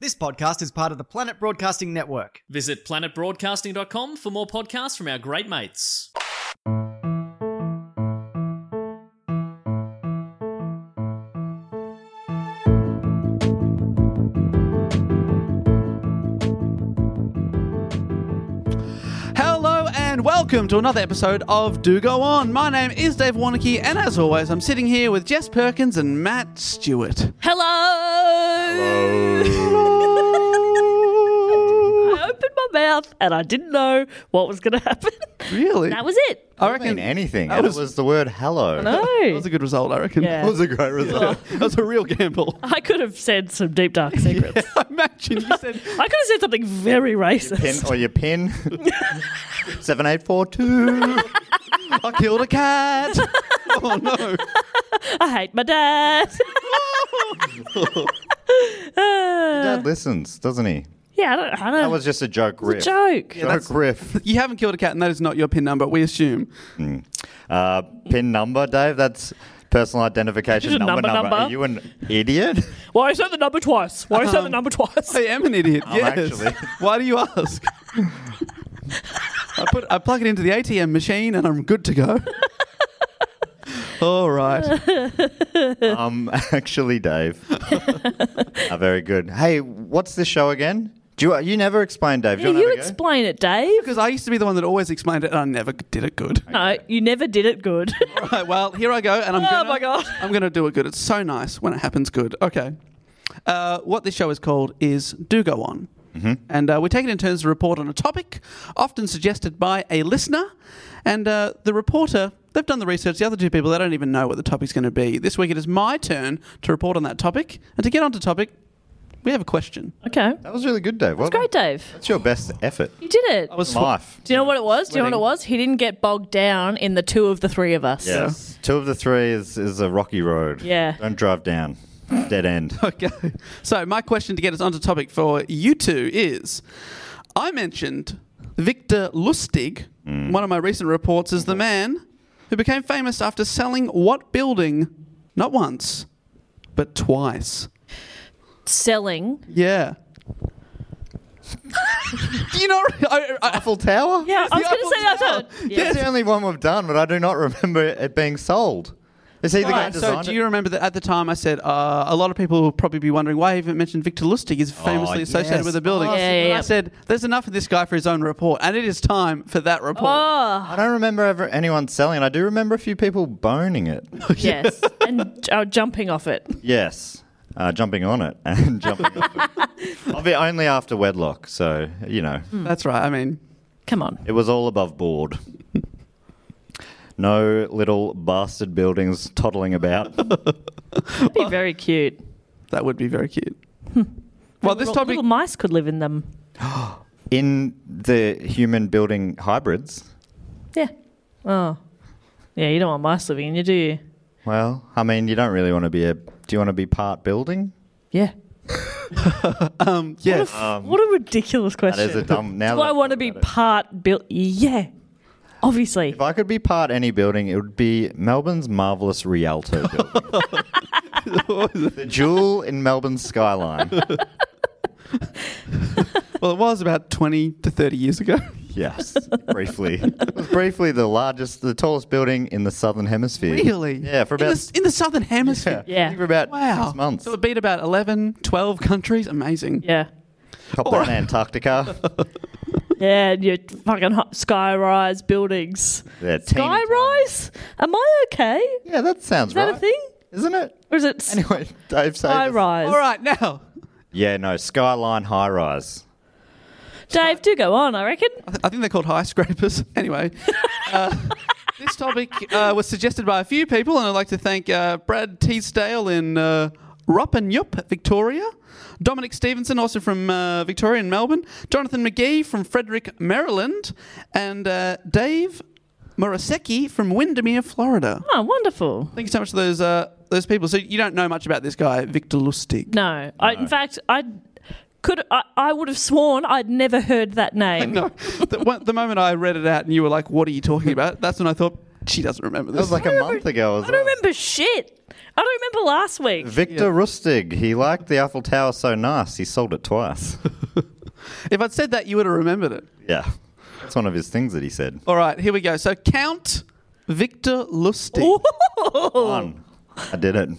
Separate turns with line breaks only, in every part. This podcast is part of the Planet Broadcasting Network.
Visit planetbroadcasting.com for more podcasts from our great mates.
Hello and welcome to another episode of Do Go On. My name is Dave Warnicky, and as always, I'm sitting here with Jess Perkins and Matt Stewart.
Hello! I opened my mouth and I didn't know what was going to happen.
Really?
That was it. Oh.
I
I mean
reckon
anything.
That
and
was-
it was the word hello.
that
No.
was a good result. I reckon
Yeah.
that was a great result. that was a real gamble.
I could have said some deep, dark secrets.
Imagine you said
I could have said something very
Pin
racist.
or your pin. Seven eight four two.
I killed a cat. oh no!
I hate my dad.
Dad listens, doesn't he?
Uh, yeah, I don't, I
That
don't
was just a joke
it's a
riff.
joke.
Joke riff.
You haven't killed a cat, and that is not your pin number. We assume.
Uh, pin number, Dave. That's personal identification
Just a
number,
number,
number Are
number.
you an idiot?
Why is that the number twice? Why is that the
Um,
number twice?
I am an idiot.
I'm
yes.
actually-
Why do you ask? I put I plug it into the ATM machine and I'm good to go. All right.
um, actually, Dave. Ah, very good. Hey, what's this show again? Do you you never explain, Dave? Do
Yeah,
you,
you
want to have a go?
explain it, Dave.
Because I used to be the one that always explained it and I never did it good.
No, you never did it good.
All right, well, here I go and I'm
Oh
gonna,
my God.
I'm gonna do it good. It's so nice when it happens good. Okay. Uh, what this show is called is Do Go On. And uh, we take it in turns to report on a topic, often suggested by a listener. And uh, the reporter, they've done the research. The other two people, they don't even know what the topic's going to be. This week it is my turn to report on that topic. And to get onto topic, we have a question.
okay.
That was really good, Dave. Well,
It's great, Dave.
That's your best effort.
You did it.
I was
Life.
Do you know what it was? Do you know what it was? He didn't get bogged down in the two of the three of us.
Yes. Two of the three is, is a rocky road.
Yeah.
Don't drive down. Dead end.
Okay. So my question to get us onto topic for you two is: I mentioned Victor Lustig.
Mm.
One of my recent reports is the man who became famous after selling what building? Not once, but twice.
Selling
Yeah. you not? I, I,
Eiffel Tower?
Yeah, I was going
the
to
Eiffel
say that.
Tower.
too. Yeah.
That's the only one we've done, but I do not remember it being sold. Is he the guy who
Right,
so
designed
do
it?
you remember that at the time I said uh, a lot of people will probably be wondering why I even mentioned Victor Lustig is famously
Oh,
associated
yes.
with the building.
Oh,
Yeah, yeah,
And
yeah.
I said there's enough of this guy for his own report, and it is time for that report.
Oh,
I don't remember ever anyone selling it. I do remember a few people boning it.
yes. And uh, jumping off it.
yes. Uh, jumping on it and jumping off it. Obvi- Only after wedlock, so, you know,
Hmm.
That's right. I mean,
Come on.
it was all above board. No little bastard buildings toddling about.
That'd be very cute.
that would be very cute. well, this
little,
topic.
Little mice could live in them.
In the human building hybrids,
Yeah. Oh. Yeah, you don't want mice living in you, do you?
well, I mean, you don't really want to be a. Do you want to be part building?
Yeah.
yes.
what a ridiculous
Um, That
question.
is a dumb. Now
Do
that
I
I've
want to
thought
be
about it.
part built? Yeah. Obviously.
If I could be part any building, it would be Melbourne's marvelous Rialto building. the jewel in Melbourne's skyline.
Well, it was about 20 to 30 years ago.
Yes, briefly. It was briefly the largest, the tallest building in the southern hemisphere.
really?
Yeah, for
in
about
the, in the southern
yeah,
hemisphere.
Yeah.
I think for about
Wow.
six months.
So it beat about 11, 12 countries. Amazing.
Yeah.
Cop that in Antarctica.
Yeah, and your fucking hot skyrise buildings.
Yeah, teeny tiny.
Skyrise? Am I okay? Is
Yeah, that sounds
that
right.
a thing?
Isn't it?
Or is it
Anyway, Dave says.
skyrise?
All right, now.
Yeah, no, skyline high rise.
Dave, do go on, I reckon.
I th- I think they're called high scrapers. Anyway, uh, this topic uh, was suggested by a few people, and I'd like to thank uh, Brad Teasdale in uh, Ropinup, Victoria, Dominic Stevenson, also from uh, Victoria in Melbourne, Jonathan McGee from Frederick, Maryland, and uh, Dave Muraseki from Windermere, Florida.
Oh, wonderful.
Thank you so much to those uh, those people. So you don't know much about this guy, Victor Lustig.
No. I, in fact, I could I, I would have sworn I'd never heard that name.
No, the, one- the moment I read it out and you were like, "What are you talking about?" That's when I thought she doesn't remember
That
this.
was like a month ago. as well.
I don't remember shit. I don't remember last week.
Victor Rustig, he liked the Eiffel Tower so nice, he sold it twice.
If I'd said that, you would have remembered it.
yeah. That's one of his things that he said.
All right, here we go. So Count Victor Lustig.
Oh,
One. I did it.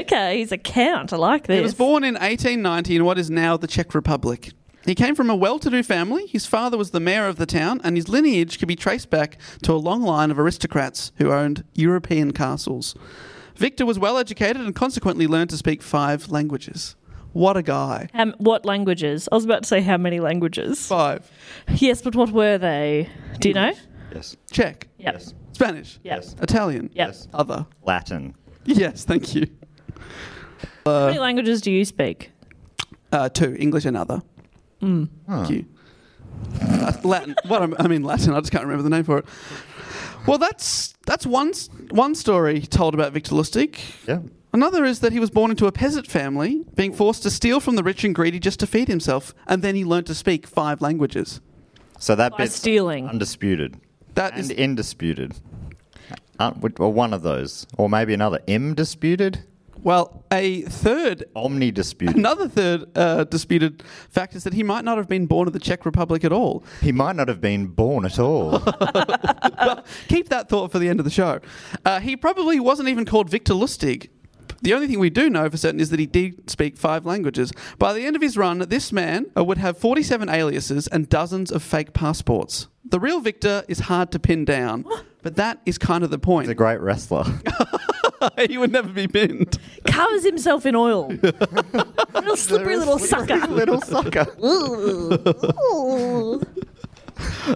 Okay, he's a count. I like this.
He was born in 1890 in what is now the Czech Republic. He came from a well-to-do family. His father was the mayor of the town, and his lineage could be traced back to a long line of aristocrats who owned European castles. Victor was well educated and consequently learned to speak five languages. What a guy!
Um, what languages? I was about to say how many languages.
Five.
Yes, but what were they? Do you know?
yes.
Czech,
Yep.
Yes.
Spanish,
Yep.
Yes.
Italian,
Yep.
Yes.
other.
Latin.
Yes, thank you.
How many languages do you speak?
Uh, two, English and other. Thank you. Uh, Latin. What I'm, I mean, Latin. I just can't remember the name for it. Well, that's that's one s- one story told about Victor Lustig.
Yeah.
Another is that he was born into a peasant family, being forced to steal from the rich and greedy just to feed himself, and then he learned to speak five languages.
So that
By
bit's
stealing.
undisputed
That
and
is
indisputed. Uh, which- or one of those, or maybe another. M disputed,
well a third.
omni disputed.
Another third uh, disputed fact is that he might not have been born in the Czech Republic at all.
He might not have been born at all.
Keep that thought for the end of the show. Uh, he probably wasn't even called Victor Lustig. The only thing we do know for certain is that he did speak five languages. By the end of his run, this man uh, would have 47 aliases and dozens of fake passports. The real Victor is hard to pin down, but that is kind of the point.
He's a great wrestler.
he would never be pinned.
Covers himself in oil. little slippery little sucker.
Little sucker.
Ooh.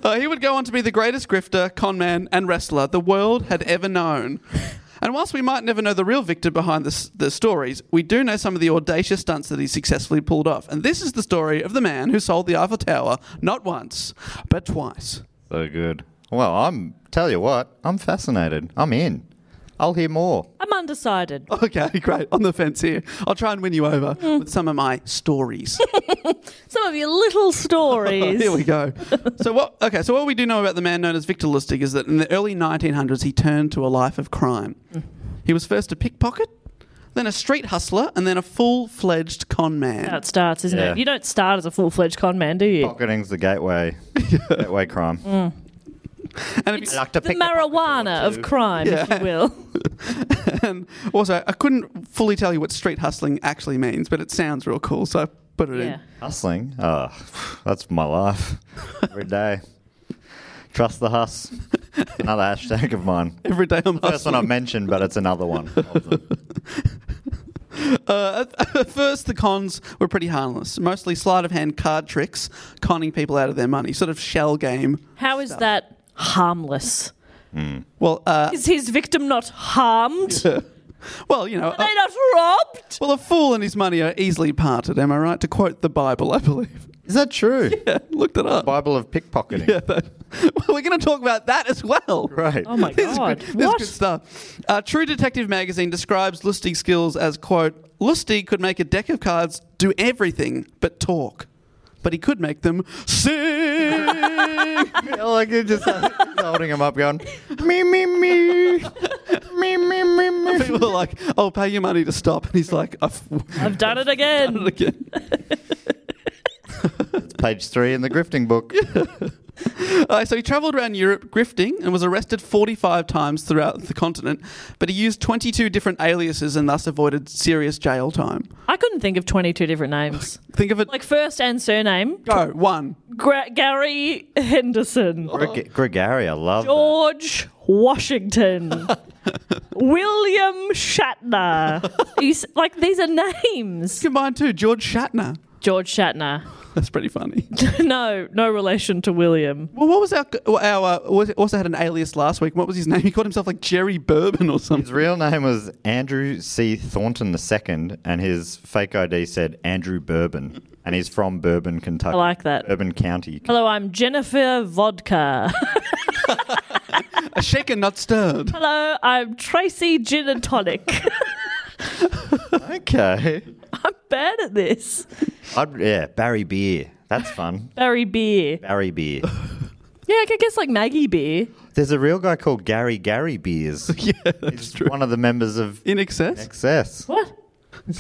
Uh, he would go on to be the greatest grifter, con man, and wrestler the world had ever known. And whilst we might never know the real Victor behind the, s- the stories, we do know some of the audacious stunts that he successfully pulled off. And this is the story of the man who sold the Eiffel Tower not once, but twice.
So good. Well, I'm tell you what, I'm fascinated. I'm in. I'll hear more.
I'm undecided.
Okay, great. On the fence here. I'll try and win you over with some of my stories.
Some of your little stories.
Oh, Here we go. so what? Okay, so what we do know about the man known as Victor Lustig is that in the early 1900s he turned to a life of crime. He was first a pickpocket, then a street hustler, and then a full fledged con man.
How it starts, isn't
Yeah.
it? You don't start as a full fledged con man, do you?
Pocketing's the gateway, gateway crime.
and if you-
Like to
Mm. The
pick the pocket
marijuana of crime, if you will.
and also, I couldn't fully tell you what street hustling actually means, but it sounds real cool, so I put it
yeah.
Hustling? Oh, that's my life every day. Trust the hus. Another hashtag of mine.
in every day on
First one I've mentioned, but it's another one. of them.
Uh, at first, the cons were pretty harmless, mostly sleight of hand card tricks, conning people out of their money, sort of shell game.
How is that harmless?
Well, uh,
Is his victim not harmed? Are
well, you know, a,
they not robbed?
well, a fool and his money are easily parted. Am I right? To quote the Bible, I believe.
Is that true?
Yeah, looked it up.
Bible of pickpocketing.
We're going to talk about that as well.
Right.
Oh my
This is
god.
good, this is
what?
good stuff. Uh, True Detective magazine describes Lustig's skills as quote: Lustig could make a deck of cards do everything but talk, but he could make them sing.
like you're just holding him up, going me me me me me me me.
People are like, "I'll pay you money to stop," and he's like, "I've
I've done it again.
done it again."
Page three in the grifting book.
Uh, so he travelled around Europe grifting and was arrested 45 times throughout the continent, but he used 22 different aliases and thus avoided serious jail time.
I couldn't think of 22 different names.
Think of it.
Like first and surname
go one.
Gra- Gary Henderson,
Greg- Gregary, I love. that.
George Washington, William Shatner. He's, like these are names.
Combined two. George Shatner.
George Shatner.
That's pretty funny.
no, no relation to William.
Well, what was our our uh, was- also had an alias last week? What was his name? He called himself like Jerry Bourbon or
His
something.
real name was Andrew C. Thornton II, and his fake ID said Andrew Bourbon, and he's from Bourbon, Kentucky.
I like that.
Bourbon County.
Hello, I'm Jennifer Vodka.
A shaken, not stirred.
Hello, I'm Tracy Gin and Tonic.
Okay.
I'm bad at this.
I'd, yeah, Barry Beer. That's fun.
Barry Beer.
Barry Beer.
Yeah, I guess like Maggie Beer.
There's a real guy called Gary Gary Beers.
Yeah, that's true.
One of the members of
In excess.
Excess.
What?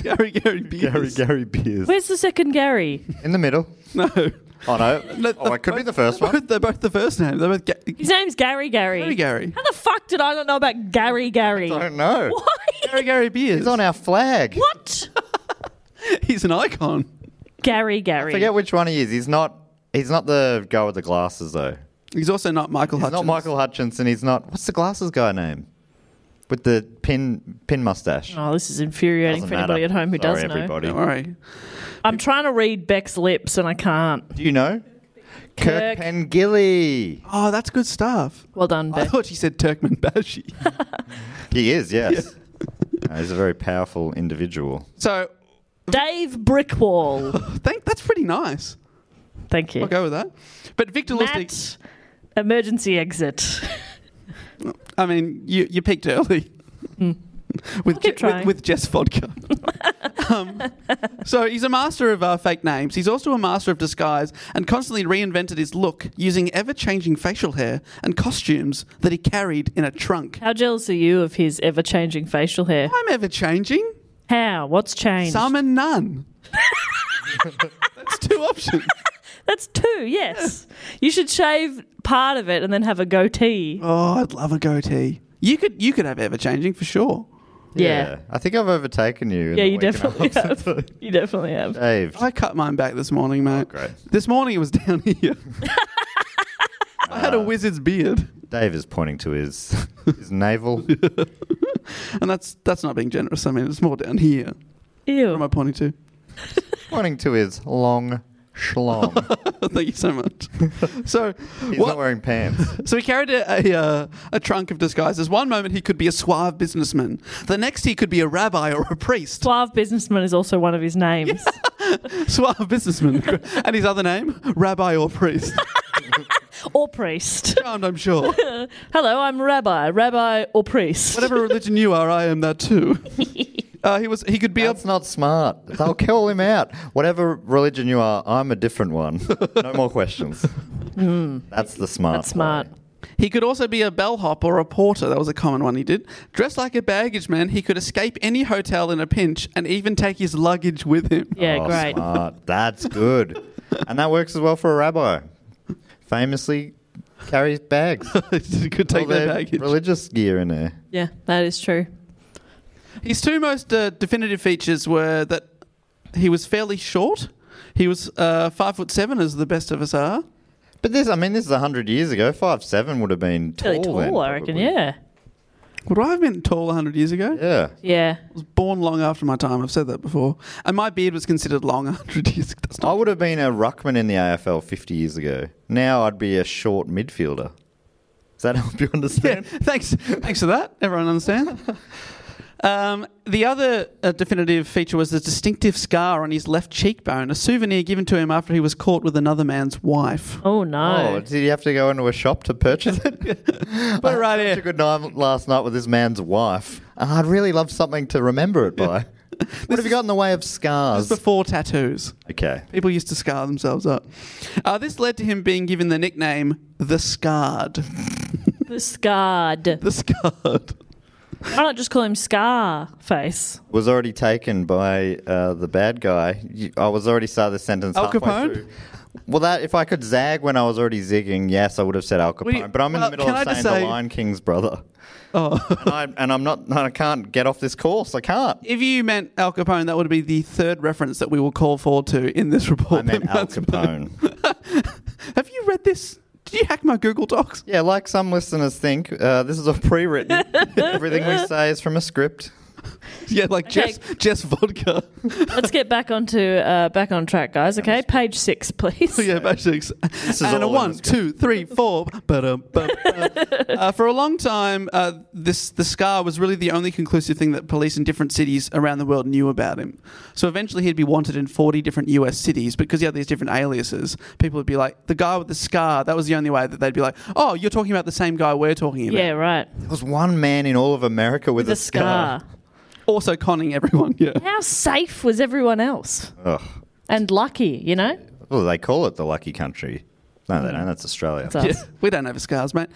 Gary Gary Beers.
Gary Gary Beers.
Where's the second Gary?
In the middle.
No.
Oh no.
No,
oh, it could be the first
They're
one.
both, they're both the first name. They're both Ga-
His name's Gary Gary.
Gary Gary.
How the fuck did I not know about Gary Gary?
I don't know.
Why?
Gary Gary Beers.
He's on our flag.
What?
He's an icon.
Gary Gary.
Forget which one he is. He's not. He's not the guy with the glasses though.
He's also not Michael
He's
Hutchins.
not Michael Hutchinson. He's not. What's the glasses guy name? With the pin pin mustache.
Oh, this is infuriating
Doesn't
for
matter.
anybody at home who
Sorry,
does know.
everybody.
Don't worry.
I'm trying to read Beck's lips and I can't.
Do you know? Kirk,
Kirk.
Pengilly.
Oh, that's good stuff.
Well done,
I
Beck.
thought you said Turkmen Bashi.
He is. Yes. Uh, he's a very powerful individual.
so,
Dave Brickwall.
thank, that's pretty nice.
Thank you.
I'll go with that. But Victor Lustig,
Matt, emergency exit.
I mean, you, you peaked early. with,
Hmm. keep
Je- with,
trying.
with Jess Vodka. um, so he's a master of uh, fake names. He's also a master of disguise and constantly reinvented his look using ever changing facial hair and costumes that he carried in a trunk.
How jealous are you of his ever changing facial hair?
I'm ever changing.
How? What's changed?
Some and none. That's two options.
That's two, yes. You should shave part of it and then have a goatee.
Oh, I'd love a goatee. You could you could have ever changing for sure.
yeah.
I think I've overtaken you. in
Yeah,
the
you
week and a
definitely
half since
have. You definitely have.
I shaved.
I cut mine back this morning, mate.
Oh, great.
This morning it was down here. I had a wizard's beard,
Dave is pointing to his his navel.
and that's that's not being generous. I mean, it's more down here. What am I
Ew.
pointing to?
pointing to his long schlong.
Thank you so much. so,
He's
what-
not wearing pants.
so he carried a a, uh, a trunk of disguises. One moment he could be a suave businessman. The next he could be a rabbi or a priest.
Suave businessman is also one of his names.
suave businessman, and his other name, rabbi or priest.
Or priest.
Charmed, I'm sure.
Hello, I'm rabbi, rabbi or priest.
Whatever religion you are, I am that too. Uh, he was. He could be a.
That's not smart. They'll call him out. Whatever religion
Hmm.
you are, I'm a different one. No more questions. That's the smart.
That's smart.
play.
He could also be a bellhop or a porter. That was a common one he did. Dressed like a baggage man, he could escape any hotel in a pinch and even take his luggage with him.
Yeah,
Oh,
great.
smart. That's good. and that works as well for a rabbi. Famously carries bags.
he could
All
take their
their
baggage.
religious gear in there.
Yeah, that is true.
His two most uh, definitive features were that he was fairly short. He was uh, five foot seven, as the best of us are.
But this, I mean, this is 100 years ago. Five seven would have been tall.
Really tall,
then,
I reckon.
probably.
Yeah.
Would I have been tall 100 years ago? I
Yeah.
Yeah.
was born long after my time. I've said that before. And my beard was considered long 100 years ago. That's
I
not
would have been a ruckman in the AFL 50 years ago. Now I'd be a short midfielder. Does that help you
yeah,
understand?
thanks. Thanks for that. Everyone understand? Um, the other uh, definitive feature was the distinctive scar on his left cheekbone, a souvenir given to him after he was caught with another man's wife.
Oh
Oh,
no.
did you have to go into a shop to purchase it?
Put it right
Such a
here.
good night last night with this man's wife. Uh, I'd really love something to remember it by. what have you got in the way of
This
scars?
is before tattoos.
Okay.
People used to scar themselves up. Uh, this led to him being given the nickname the Scarred.
The scarred.
The Scarred.
Why not just call him Scarface?
Was already taken by uh, the bad guy. You- I was already started the sentence.
Al
halfway
Capone?
through. Well, that if I could zag when I was already zigging, yes, I would have said Al
Well,
Capone.
you-
but I'm in
well,
the middle
can
of
I just
saying
say-
the Lion King's brother,
Oh.
and, I, and I'm not. I can't get off this course. I can't.
If you meant Al Capone, that would be the third reference that we will call forward to in this report.
I meant Al Capone.
Have you read this? Did you hack my Google Docs?
yeah, like some listeners think, uh, this is all pre-written. Everything we say is from a script.
Yeah, like
Okay.
Jess, Jess Vodka.
Let's get back onto uh, back on track, guys. Okay, page six, please.
yeah, basics.
This is all in
and a
the
one,
script.
two, three, four. Ba-dum, bum, bum. uh, for a long time, uh, this the scar was really the only conclusive thing that police in different cities around the world knew about him. So eventually, he'd be wanted in forty different U.S. cities because he had these different aliases. People would be like, "The guy with the scar." That was the only way that they'd be like, "Oh, you're talking about the same guy we're talking about."
Yeah, right.
There was one man in all of America with,
The
a scar.
scar.
Also conning everyone. Yeah.
How safe was everyone else?
Ugh.
And lucky, you know?
Well, they call it the lucky country. No, they don't. That's Australia.
That's us.
Yeah, we don't have scars, mate.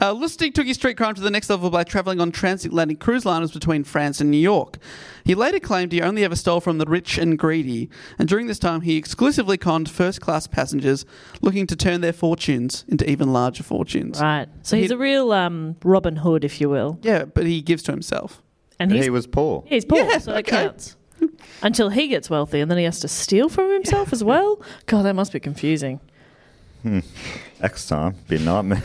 Uh, Lustig took his street crime to the next level by travelling on transatlantic cruise liners between France and New York. He later claimed he only ever stole from the rich and greedy, and during this time he exclusively conned first class passengers looking to turn their fortunes into even larger fortunes.
Right.
So he's
He-
a real um, Robin Hood, if you will,
Yeah, but he gives to himself.
and he's
he was poor.
he's poor,
Yeah,
so it
okay.
counts. Until he gets wealthy, and then he has to steal from himself as well. God, that must be confusing.
Next time, be a nightmare.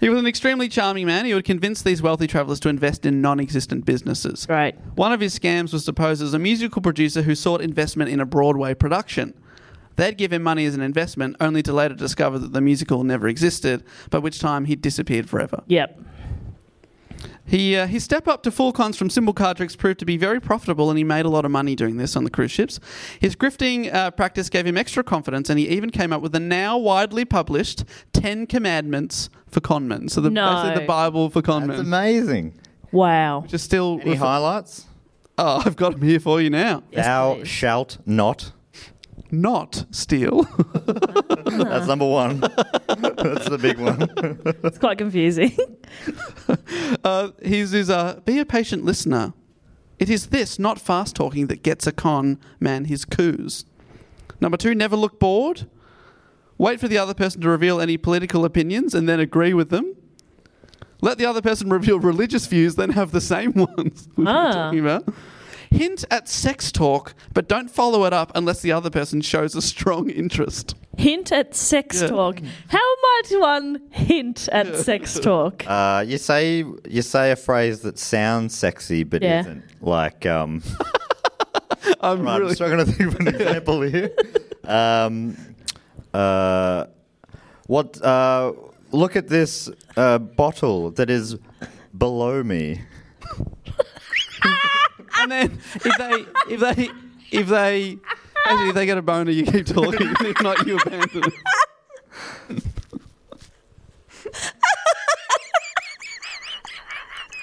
He was an extremely charming man. He would convince these wealthy travellers to invest in non existent businesses.
Great.
One of his scams was to pose as a musical producer who sought investment in a Broadway production. They'd give him money as an investment, only to later discover that the musical never existed, by which time he'd disappeared forever.
Yep.
He, uh, his step up to full cons from simple card tricks proved to be very profitable, and he made a lot of money doing this on the cruise ships. His grifting uh, practice gave him extra confidence, and he even came up with the now widely published Ten Commandments for conmen. So the,
No.
basically the Bible for
That's
conmen.
amazing.
Wow.
Just still,
Any highlights?
oh, I've got him here for you now.
Thou
please.
shalt not.
Not steal.
That's number one. That's the big one.
It's quite confusing.
Uh, his is uh, be a patient listener. It is this, not fast talking, that gets a con man his coups. Number two, never look bored. Wait for the other person to reveal any political opinions and then agree with them. Let the other person reveal religious views, then have the same ones. Which
Ah.
we're talking about. Hint at sex talk, but don't follow it up unless the other person shows a strong interest.
hint at sex
Yeah.
talk. How might one hint at sex talk?
Uh, you say you say a phrase that sounds sexy but
Yeah.
isn't. Like um,
I'm
right,
really
I'm struggling to think of an example here. Um, uh, what? Uh, look at this uh, bottle that is below me.
And then if they if they if they actually if they get a boner, you keep talking. if not, you abandon it.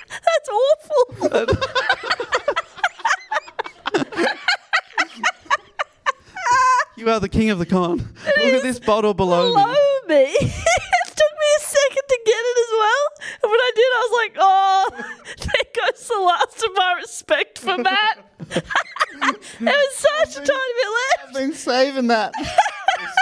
That's awful.
You are the king of the con. Look at this bottle below me.
Below me. it took me a I did. I was like, oh, there goes the last of my respect for Matt. it was such a tiny bit
I've
left.
been saving that.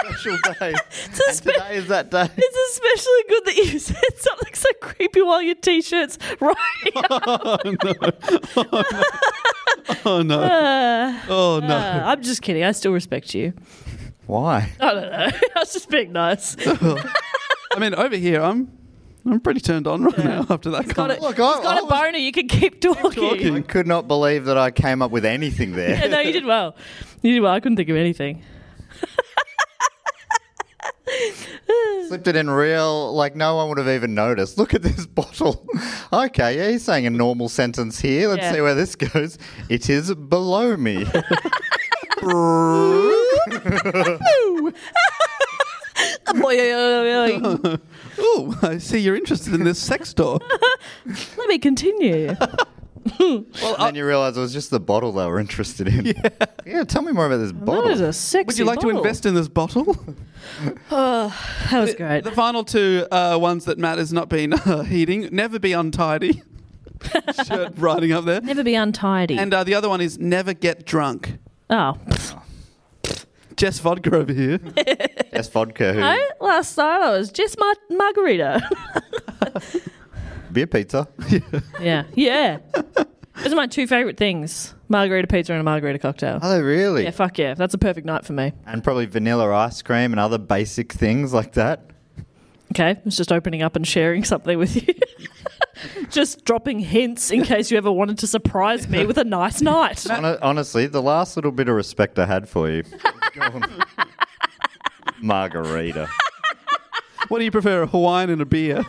special day.
It's a, spe-
Today is that day.
it's especially good that you said something so creepy while your t-shirt's right.
Oh no. oh no.
Uh, I'm just kidding. I still respect you.
Why?
I don't know. I was just being nice.
I mean, over here, I'm I'm pretty turned on right now after that
Got it.
comment.
Look, I-
He's got
I
a
was-
boner. You can keep talking.
I could not believe that I came up with anything
Yeah,
there.
no, you did well. You did well. I couldn't think of anything.
Slipped it in real, like no one would have even noticed. Look at this bottle. Okay, yeah, he's saying a normal sentence here. Let's
Yeah.
see where this goes. It is below me.
Let
Oh, I see you're interested in this sex door.
me continue.
well, and then you realize it was just the bottle they were interested in. Yeah, tell me more about this bottle.
That is a sexy
Would you like to
bottle.
invest in this bottle?
That was great.
The final two uh, ones that Matt has not been uh, heeding. Never be untidy. Shirt riding up there.
Never be untidy.
And uh, the other one is never get drunk.
oh,
Jess Vodka over here.
That's vodka. Who,
I, last night I was just my margarita.
Beer pizza.
yeah, yeah. Those are my two favorite things: margarita pizza and a margarita cocktail.
Are they really?
Yeah, fuck yeah, that's a perfect night for me.
and probably vanilla ice cream and other basic things like that.
Okay, it's just opening up and sharing something with you. just dropping hints in case you ever wanted to surprise me with a nice night.
Hon- honestly, the last little bit of respect I had for you. Go on. Margarita.
What do you prefer, a Hawaiian and a beer?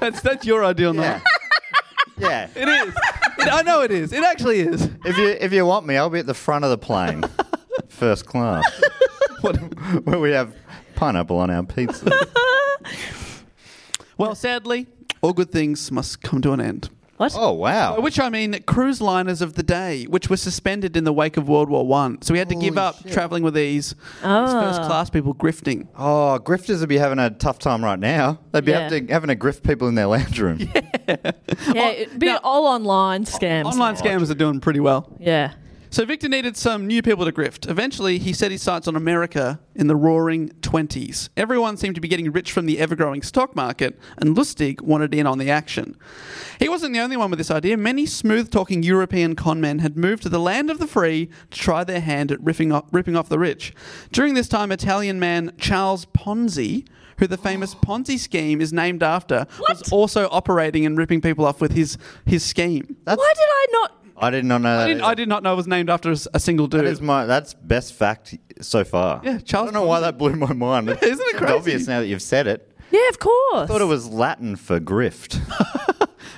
that's that's your ideal
Yeah.
night.
Yeah.
It is. It, I know it is. It actually is.
If you if you want me, I'll be at the front of the plane. First class.
What-
Where we have pineapple on our pizza.
Well, sadly, all good things must come to an end.
Oh
By
wow.
which I mean cruise liners of the day, which were suspended in the wake of World War One. So we had to give up traveling with these, these first class people grifting.
Oh, grifters would be having a tough time right now. They'd be
Yeah.
having, to, having to grift people in their lounge room.
Yeah, it'd be all online scams.
Online scammers are doing pretty well.
Yeah.
So Victor needed some new people to grift. Eventually, he set his sights on America in the roaring 20s. Everyone seemed to be getting rich from the ever growing stock market, and Lustig wanted in on the action. He wasn't the only one with this idea. Many smooth talking European con men had moved to the land of the free to try their hand at riffing off, ripping off the rich. During this time, Italian man Charles Ponzi. Who the famous Ponzi scheme is named after was also operating and ripping people off with his his scheme.
Why did I not?
I did not know that.
I, didn't, I did not know it was named after a, s- a single dude.
That is my that's best fact so far.
Yeah, Charles
I don't know why that blew my mind. Isn't
isn't it crazy?
obvious now that you've said it.
Yeah, of course.
I thought it was Latin for grift.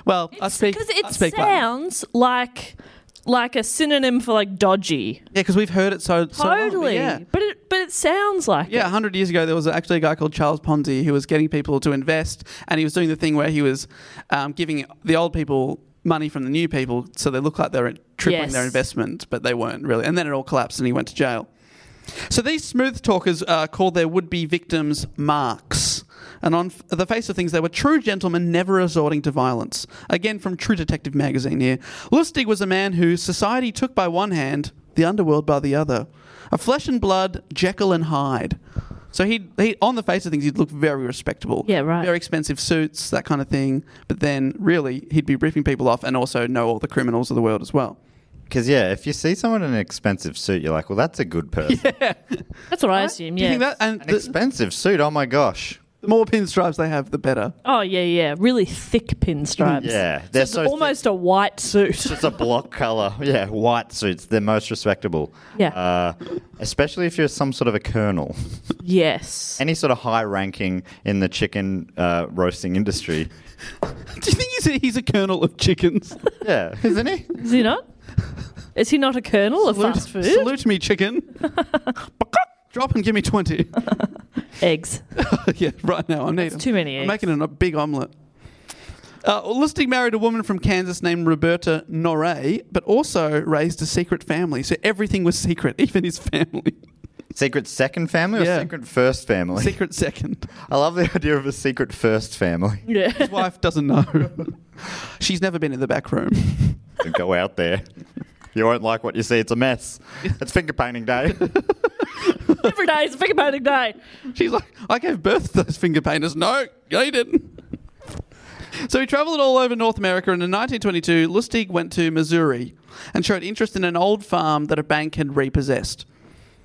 Well, I speak.
because
I
it
speak Latin.
sounds like like a synonym for like dodgy.
Yeah, because we've heard it so so long, but
totally,
yeah.
but it but it sounds like
Yeah, 100 years ago, there was actually a guy called Charles Ponzi who was getting people to invest, and he was doing the thing where he was um, giving the old people money from the new people so they look like they're tripling
Yes.
their investment, but they weren't really. And then it all collapsed and he went to jail. So these smooth talkers uh, called their would be victims marks. And on f- the face of things, they were true gentlemen never resorting to violence. Again, from True Detective magazine here. Lustig was a man who society took by one hand, the underworld by the other. A flesh and blood Jekyll and Hyde. So he, he on the face of things, he'd look very respectable.
Yeah, right.
Very expensive suits, that kind of thing. But then, really, he'd be ripping people off and also know all the criminals of the world as well.
Because yeah, if you see someone in an expensive suit, you're like, well, that's a good person.
it. That's what I assume.
Do you
Yeah.
think that? And
An
the,
expensive suit. Oh my gosh.
the more pinstripes they have, the better.
oh yeah, yeah. Really thick pinstripes.
Yeah, they're so,
It's almost a white suit.
It's a block color. Yeah, white suits. They're most respectable.
Yeah.
Uh, especially if you're some sort of a colonel,
yes.
any sort of high ranking in the chicken uh, roasting industry.
Do you think he's a, he's a colonel of chickens?
Yeah, isn't he?
Is he not? Is he not a colonel of fast food?
Salute me, chicken. Drop and give me 20.
Eggs.
yeah, right now. I need them.
too many
I'm
eggs.
making an- a big omelette. Uh, well, Lustig married a woman from Kansas named Roberta Norray, but also raised a secret family. So everything was secret, even his family.
Secret second family or
Yeah.
secret first family?
Secret second.
I love the idea of a secret first family.
Yeah.
His wife doesn't know. She's never been in the back room.
Go out there. You won't like what you see. It's a mess. It's finger painting day.
Every day is a finger painting day.
She's like, I gave birth to those finger painters. No, they didn't. So he travelled all over North America, and in 1922, Lustig went to Missouri and showed interest in an old farm that a bank had repossessed.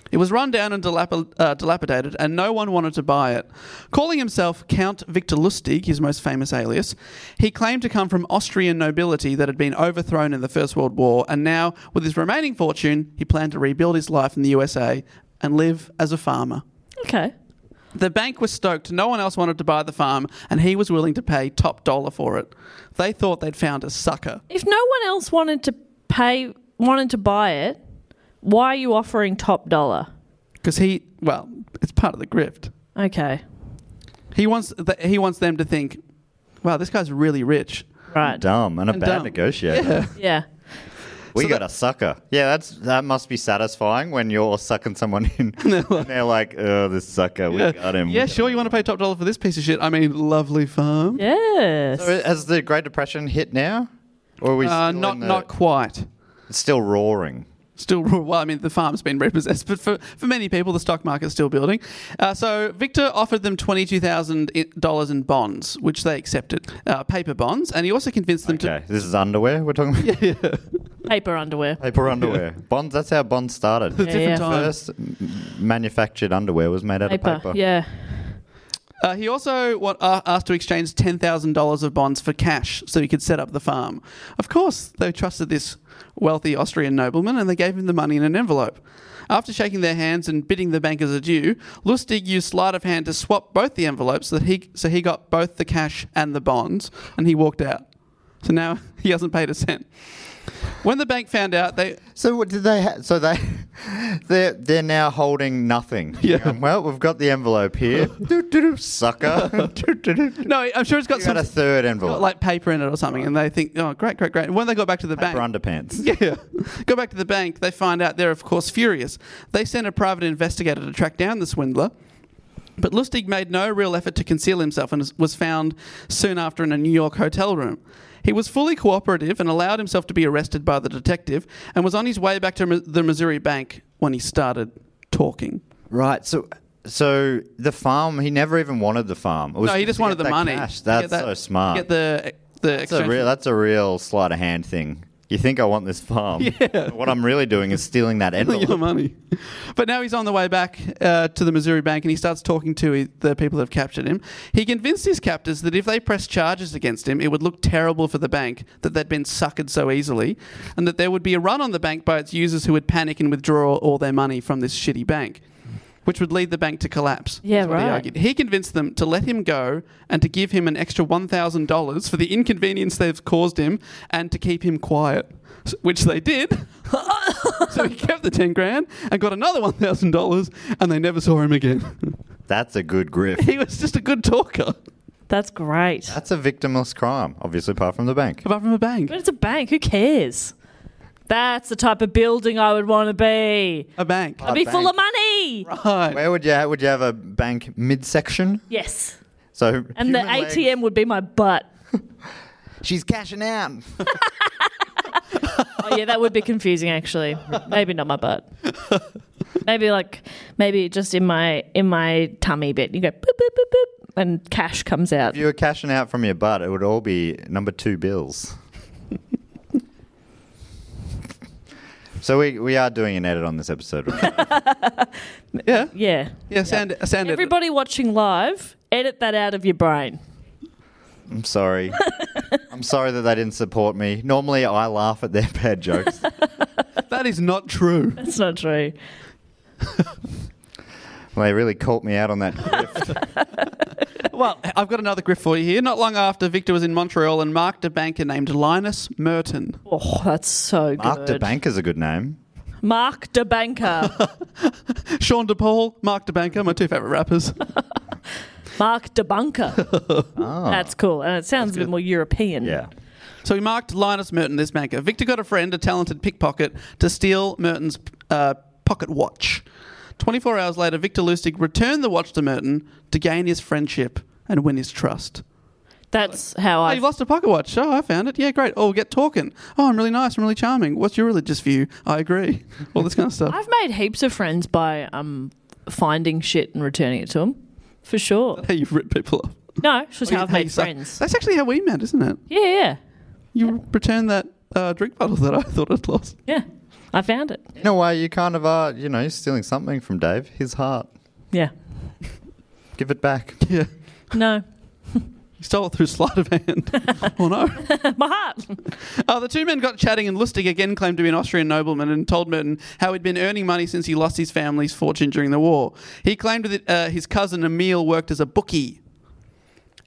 It was run down and dilap- uh, dilapidated, and no one wanted to buy it. Calling himself Count Victor Lustig, his most famous alias, he claimed to come from Austrian nobility that had been overthrown in the First World War, and now, with his remaining fortune, he planned to rebuild his life in the USA and live as a farmer.
Okay.
The bank was stoked. No one else wanted to buy the farm, and he was willing to pay top dollar for it. They thought they'd found a sucker.
If no one else wanted to pay, wanted to buy it, why are you offering top dollar?
Because he, well, it's part of the grift.
Okay.
He wants, th- he wants them to think, wow, this guy's really rich.
Right.
dumb and a
And
bad
dumb.
negotiator.
Yeah.
We
So
got a sucker. Yeah, that's that must be satisfying when you're sucking someone in. and they're like, oh, this sucker, we got him.
Yeah, sure, you want to pay top dollar for this piece of shit. I mean, lovely farm.
Yes.
So has the Great Depression hit now? Or are we
Uh,
still
not,
in the-
not quite.
it's still roaring?
Still, well, I mean, the farm's been repossessed, but for, for many people, the stock market's still building. Uh, so, Victor offered them $22,000 in bonds, which they accepted, uh, paper bonds, and he also convinced them to.
Okay, this is underwear we're talking about.
Paper underwear.
Paper underwear. Bonds. That's how bonds started.
Different
yeah.
time.
First m- manufactured underwear was made out
Paper.
of paper.
Yeah.
Uh, he also wa- uh, asked to exchange ten thousand dollars of bonds for cash, so he could set up the farm. Of course, they trusted this wealthy Austrian nobleman, and they gave him the money in an envelope. After shaking their hands and bidding the bankers adieu, Lustig used sleight of hand to swap both the envelopes, so that he so he got both the cash and the bonds, and he walked out. So now he hasn't paid a cent. When the bank found out, they
So what did they? Ha- so they, they're they're now holding nothing. Yeah. well, we've got the envelope here. doo, doo, doo, sucker. doo, doo, doo. You
no, I'm sure it's got
got
some
a third
got
envelope.
like paper in it or something, and they think, oh, great, great, great. When they got back to the bank,
for underpants.
Yeah. Go back to the bank. They find out they're, of course, furious. They send a private investigator to track down the swindler. But Lustig made no real effort to conceal himself and was found soon after in a New York hotel room. He was fully cooperative and allowed himself to be arrested by the detective and was on his way back to Mi- the Missouri bank when he started talking.
Right. So so the farm. He never even wanted the farm. It was
No, he just
to
wanted
get
the
that
money.
cash.
to
That's
get that-
so
to
smart.
Get the, the
that's a
exchange-
real. That's a real sleight of hand thing. You think I want this farm? Yeah. What I'm really doing is stealing that envelope.
your money. But now he's on the way back uh, to the Missouri bank and he starts talking to he- the people that have captured him. He convinced his captors that if they pressed charges against him, it would look terrible for the bank that they'd been suckered so easily and that there would be a run on the bank by its users who would panic and withdraw all their money from this shitty bank. Which would lead the bank to collapse.
Yeah,
is what he
right.
argued. He convinced them to let him go and to give him an extra $1,000 for the inconvenience they've caused him and to keep him quiet, s- which they did. so he kept the 10 grand and got another $1,000 and they never saw him again.
That's a good grip.
he was just a good talker,
That's great.
That's a victimless crime, obviously, apart from the bank.
apart from a bank.
But it's a bank. Who cares? That's the type of building I would want to be.
A bank.
I'd be
bank.
full of money.
Right.
Where would you would you have a bank midsection?
Yes.
So
And the
human legs-
ATM would be my butt.
She's cashing out.
Oh yeah, that would be confusing actually. Maybe not my butt. Maybe like maybe just in my in my tummy bit. You go boop boop boop boop and cash comes out.
If you were cashing out from your butt, it would all be number two bills. so we, we are doing an edit on this episode. right?
Yeah.
Yeah.
Yeah, uh, sound, sound edit.
Everybody watching live, edit that out of your brain.
I'm sorry. I'm sorry that they didn't support me. Normally, I laugh at their bad jokes.
That is not true.
That's not true.
they really caught me out on that. grift.
Well, I've got another griff for you here. Not long after, Victor was in Montreal and marked a banker named Linus Merton.
Oh, that's so
Mark
good.
DeBank is a good name.
Mark DeBanker.
Sean DePaul, Mark DeBanker, my two favourite rappers.
Mark DeBunker. That's cool. And it sounds a bit more European.
Yeah.
So he marked Linus Merton, this banker. Victor got a friend, a talented pickpocket, to steal Merton's uh, pocket watch. 24 hours later, Victor Lustig returned the watch to Merton to gain his friendship and win his trust.
That's how
Oh,
I.
you've lost a pocket watch. Oh, I found it. Yeah, great. Oh, we'll get talking. Oh, I'm really nice. I'm really charming. What's your religious view? I agree. All this kind of stuff.
I've made heaps of friends by um finding shit and returning it to them, for sure.
Hey, you've ripped people off.
No, it's just
Oh,
how
you-
I've
hey,
made
you suck.
friends.
That's actually how we met, isn't it?
Yeah, yeah,
You returned that uh, drink bottle that I thought I'd lost.
yeah. I found it.
In a way, you kind of are, you know, stealing something from Dave, his heart.
Yeah.
Give it back.
Yeah.
No,
You stole it through sleight of hand. oh, no.
my heart.
Uh, the two men got chatting, and Lustig again claimed to be an Austrian nobleman and told Merton how he'd been earning money since he lost his family's fortune during the war. He claimed that uh, his cousin Emil worked as a bookie.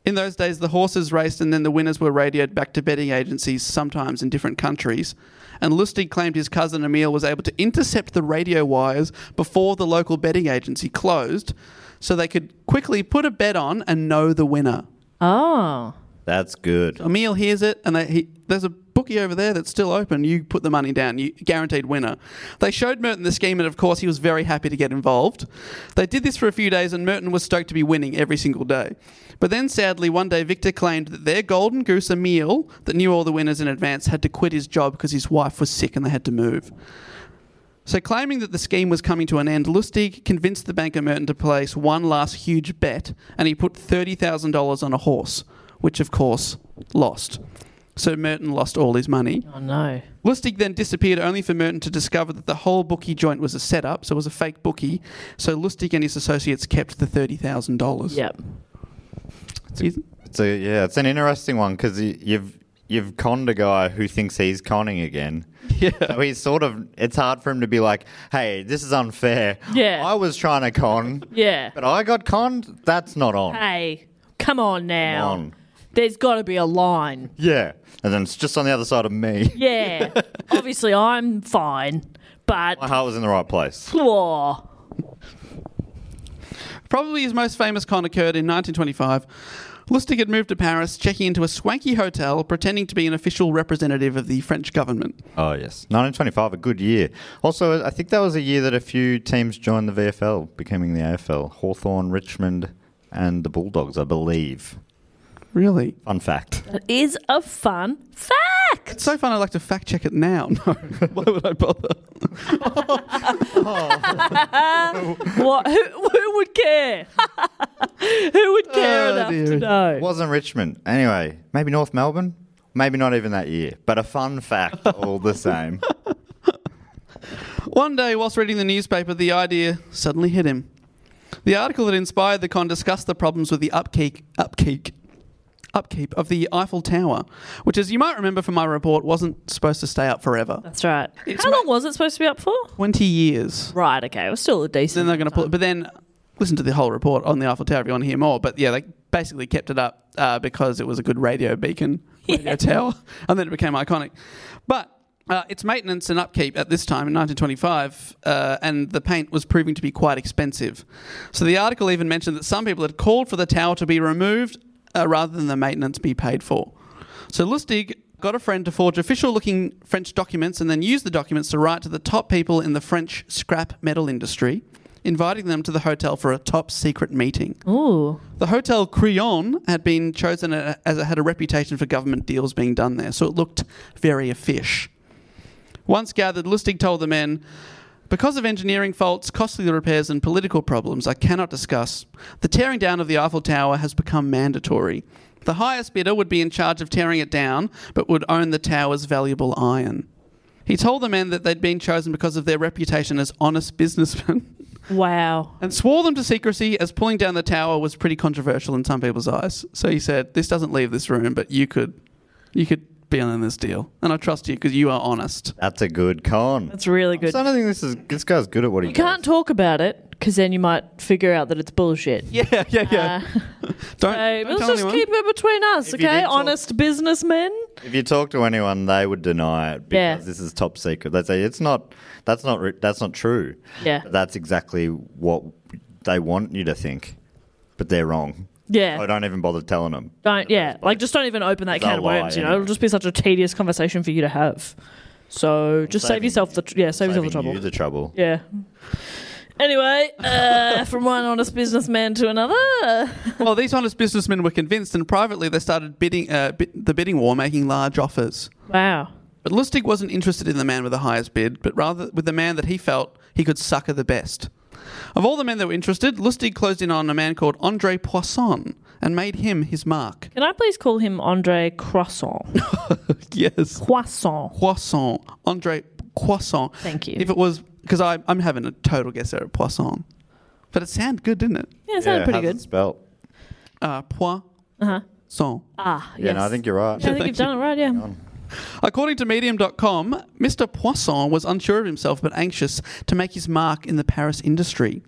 In those days, the horses raced and then the winners were radioed back to betting agencies, sometimes in different countries. And Lustig claimed his cousin Emil was able to intercept the radio wires before the local betting agency closed so they could quickly put a bet on and know the winner.
Oh,
That's good.
Emil hears it, and they, he, there's a bookie over there that's still open. You put the money down, you guaranteed winner. They showed Merton the scheme, and of course, he was very happy to get involved. They did this for a few days, and Merton was stoked to be winning every single day. But then, sadly, one day Victor claimed that their golden goose, Emil, that knew all the winners in advance, had to quit his job because his wife was sick and they had to move. So, claiming that the scheme was coming to an end, Lustig convinced the banker Merton to place one last huge bet, and he put $30,000 on a horse, which of course lost. So, Merton lost all his money.
oh no.
Lustig then disappeared only for Merton to discover that the whole bookie joint was a setup, so it was a fake bookie. So, Lustig and his associates kept the $30,000.
Yep.
You-
So yeah, it's an interesting one because you've you've conned a guy who thinks he's conning again. Yeah, so he's sort of. It's hard for him to be like, "Hey, this is unfair.
Yeah.
I was trying to con,
Yeah.
but I got conned. That's not on.
Hey, come on
Come
now.
on.
There's got to be a line.
Yeah, and then it's just on the other side of me.
Yeah. Obviously, I'm fine, but
My heart was in the right place.
Whoa.
Probably his most famous con occurred in 1925. Lustig had moved to Paris, checking into a swanky hotel, pretending to be an official representative of the French government.
Oh yes, 1925, a good year. Also, I think that was a year that a few teams joined the VFL, becoming the AFL. Hawthorn, Richmond, and the Bulldogs, I believe.
Really?
Fun fact.
That is a fun fact.
It's so fun. I'd like to fact check it now. No, why would I bother?
what? Who, who would care? who would care
Oh,
enough
dear.
to know?
Wasn't Richmond. Anyway, maybe North Melbourne. Maybe not even that year, but a fun fact all the same.
One day, whilst reading the newspaper, the idea suddenly hit him. The article that inspired the con discussed the problems with the upkeep, upkeep, upkeep of the Eiffel Tower, which, as you might remember from my report, wasn't supposed to stay up forever.
That's right.
It's
How
ma-
long was it supposed to be up for?
Twenty years.
Right. Okay. It was still a
then
decent.
they're going to pull it. But then listen to the whole report on the Eiffel Tower if you want to hear more. But yeah, they basically kept it up uh, because it was a good radio beacon, radio tower, and then it became iconic. But uh, its maintenance and upkeep at this time in 1925, uh, and the paint was proving to be quite expensive. So the article even mentioned that some people had called for the tower to be removed uh, rather than the maintenance be paid for. So Lustig got a friend to forge official looking French documents and then used the documents to write to the top people in the French scrap metal industry, inviting them to the hotel for a top secret meeting.
Ooh.
The Hotel Crillon had been chosen a- as it had a reputation for government deals being done there, so it looked very official. Once gathered, Lustig told the men, because of engineering faults, costly repairs, and political problems I cannot discuss, the tearing down of the Eiffel Tower has become mandatory. The highest bidder would be in charge of tearing it down, but would own the tower's valuable iron. He told the men that they'd been chosen because of their reputation as honest businessmen
Wow.
and swore them to secrecy as pulling down the tower was pretty controversial in some people's eyes. So he said, "This doesn't leave this room, but you could, you could be on this deal, and I trust you because you are honest."
That's a good con.
That's really good.
So I don't think this is this guy's good at what he
you can't
does.
talk about it because then you might figure out that it's bullshit. Yeah.
Yeah, yeah, yeah. don't,
Hey,
don't
let's
tell
Uh, just
anyone.
keep it between us,
If you
okay?
did talk-
Honest businessmen.
If you talk to anyone, they would deny it
Yeah.
because this is top secret. They say it's not. That's not. re- That's not true.
Yeah.
That's exactly what they want you to think, but they're wrong.
Yeah.
I don't even bother telling them.
Don't yeah, like just don't even open that
They'll
can of
lie
worms. You know,
anyway.
it'll just be such a tedious conversation for you to have. So just save
saving
yourself the tr- yeah, save yourself
Saving
the trouble.
You the trouble.
yeah. Anyway, uh, from one honest businessman to another.
Well, these honest businessmen were convinced, and privately they started bidding uh, bid, the bidding war, making large offers.
Wow.
But Lustig wasn't interested in the man with the highest bid, but rather with the man that he felt he could sucker the best. Of all the men that were interested, Lustig closed in on a man called Andre Poisson and made him his mark.
Can I please call him Andre Croissant?
Yes.
Croissant.
Poisson. Andre Poisson.
Thank you.
If it was, because I'm having a total guess there at Poisson. But it sounded good, didn't it?
Yeah, it sounded pretty good.
Spelt.
Uh, Poisson.
Uh-huh. Ah,
Yeah,
yes.
no, I think you're right.
Yeah, I think you've done it right, yeah.
According to Medium.com, Mr. Poisson was unsure of himself but anxious to make his mark in the Paris industry.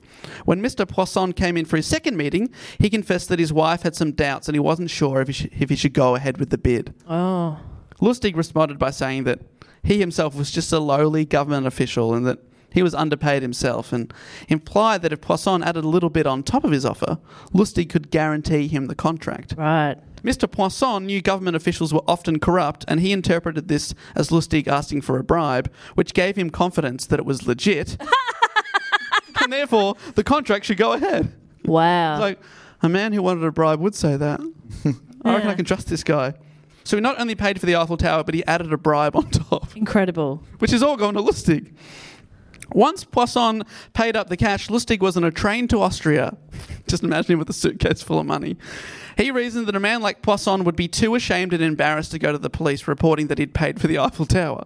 When Mr. Poisson came in for his second meeting, he confessed that his wife had some doubts and he wasn't sure if he should, if he should go ahead with the bid.
Oh.
Lustig responded by saying that he himself was just a lowly government official and that he was underpaid himself, and implied that if Poisson added a little bit on top of his offer, Lustig could guarantee him the contract.
Right.
Mr. Poisson knew government officials were often corrupt, and he interpreted this as Lustig asking for a bribe, which gave him confidence that it was legit, and therefore the contract should go ahead.
Wow.
So, a man who wanted a bribe would say that. I reckon I
Yeah.
can trust this guy. So he not only paid for the Eiffel Tower, but he added a bribe on top,
Incredible.
which is all going to Lustig. Once Poisson paid up the cash, Lustig was on a train to Austria. Just imagine him with a suitcase full of money. He reasoned that a man like Poisson would be too ashamed and embarrassed to go to the police reporting that he'd paid for the Eiffel Tower.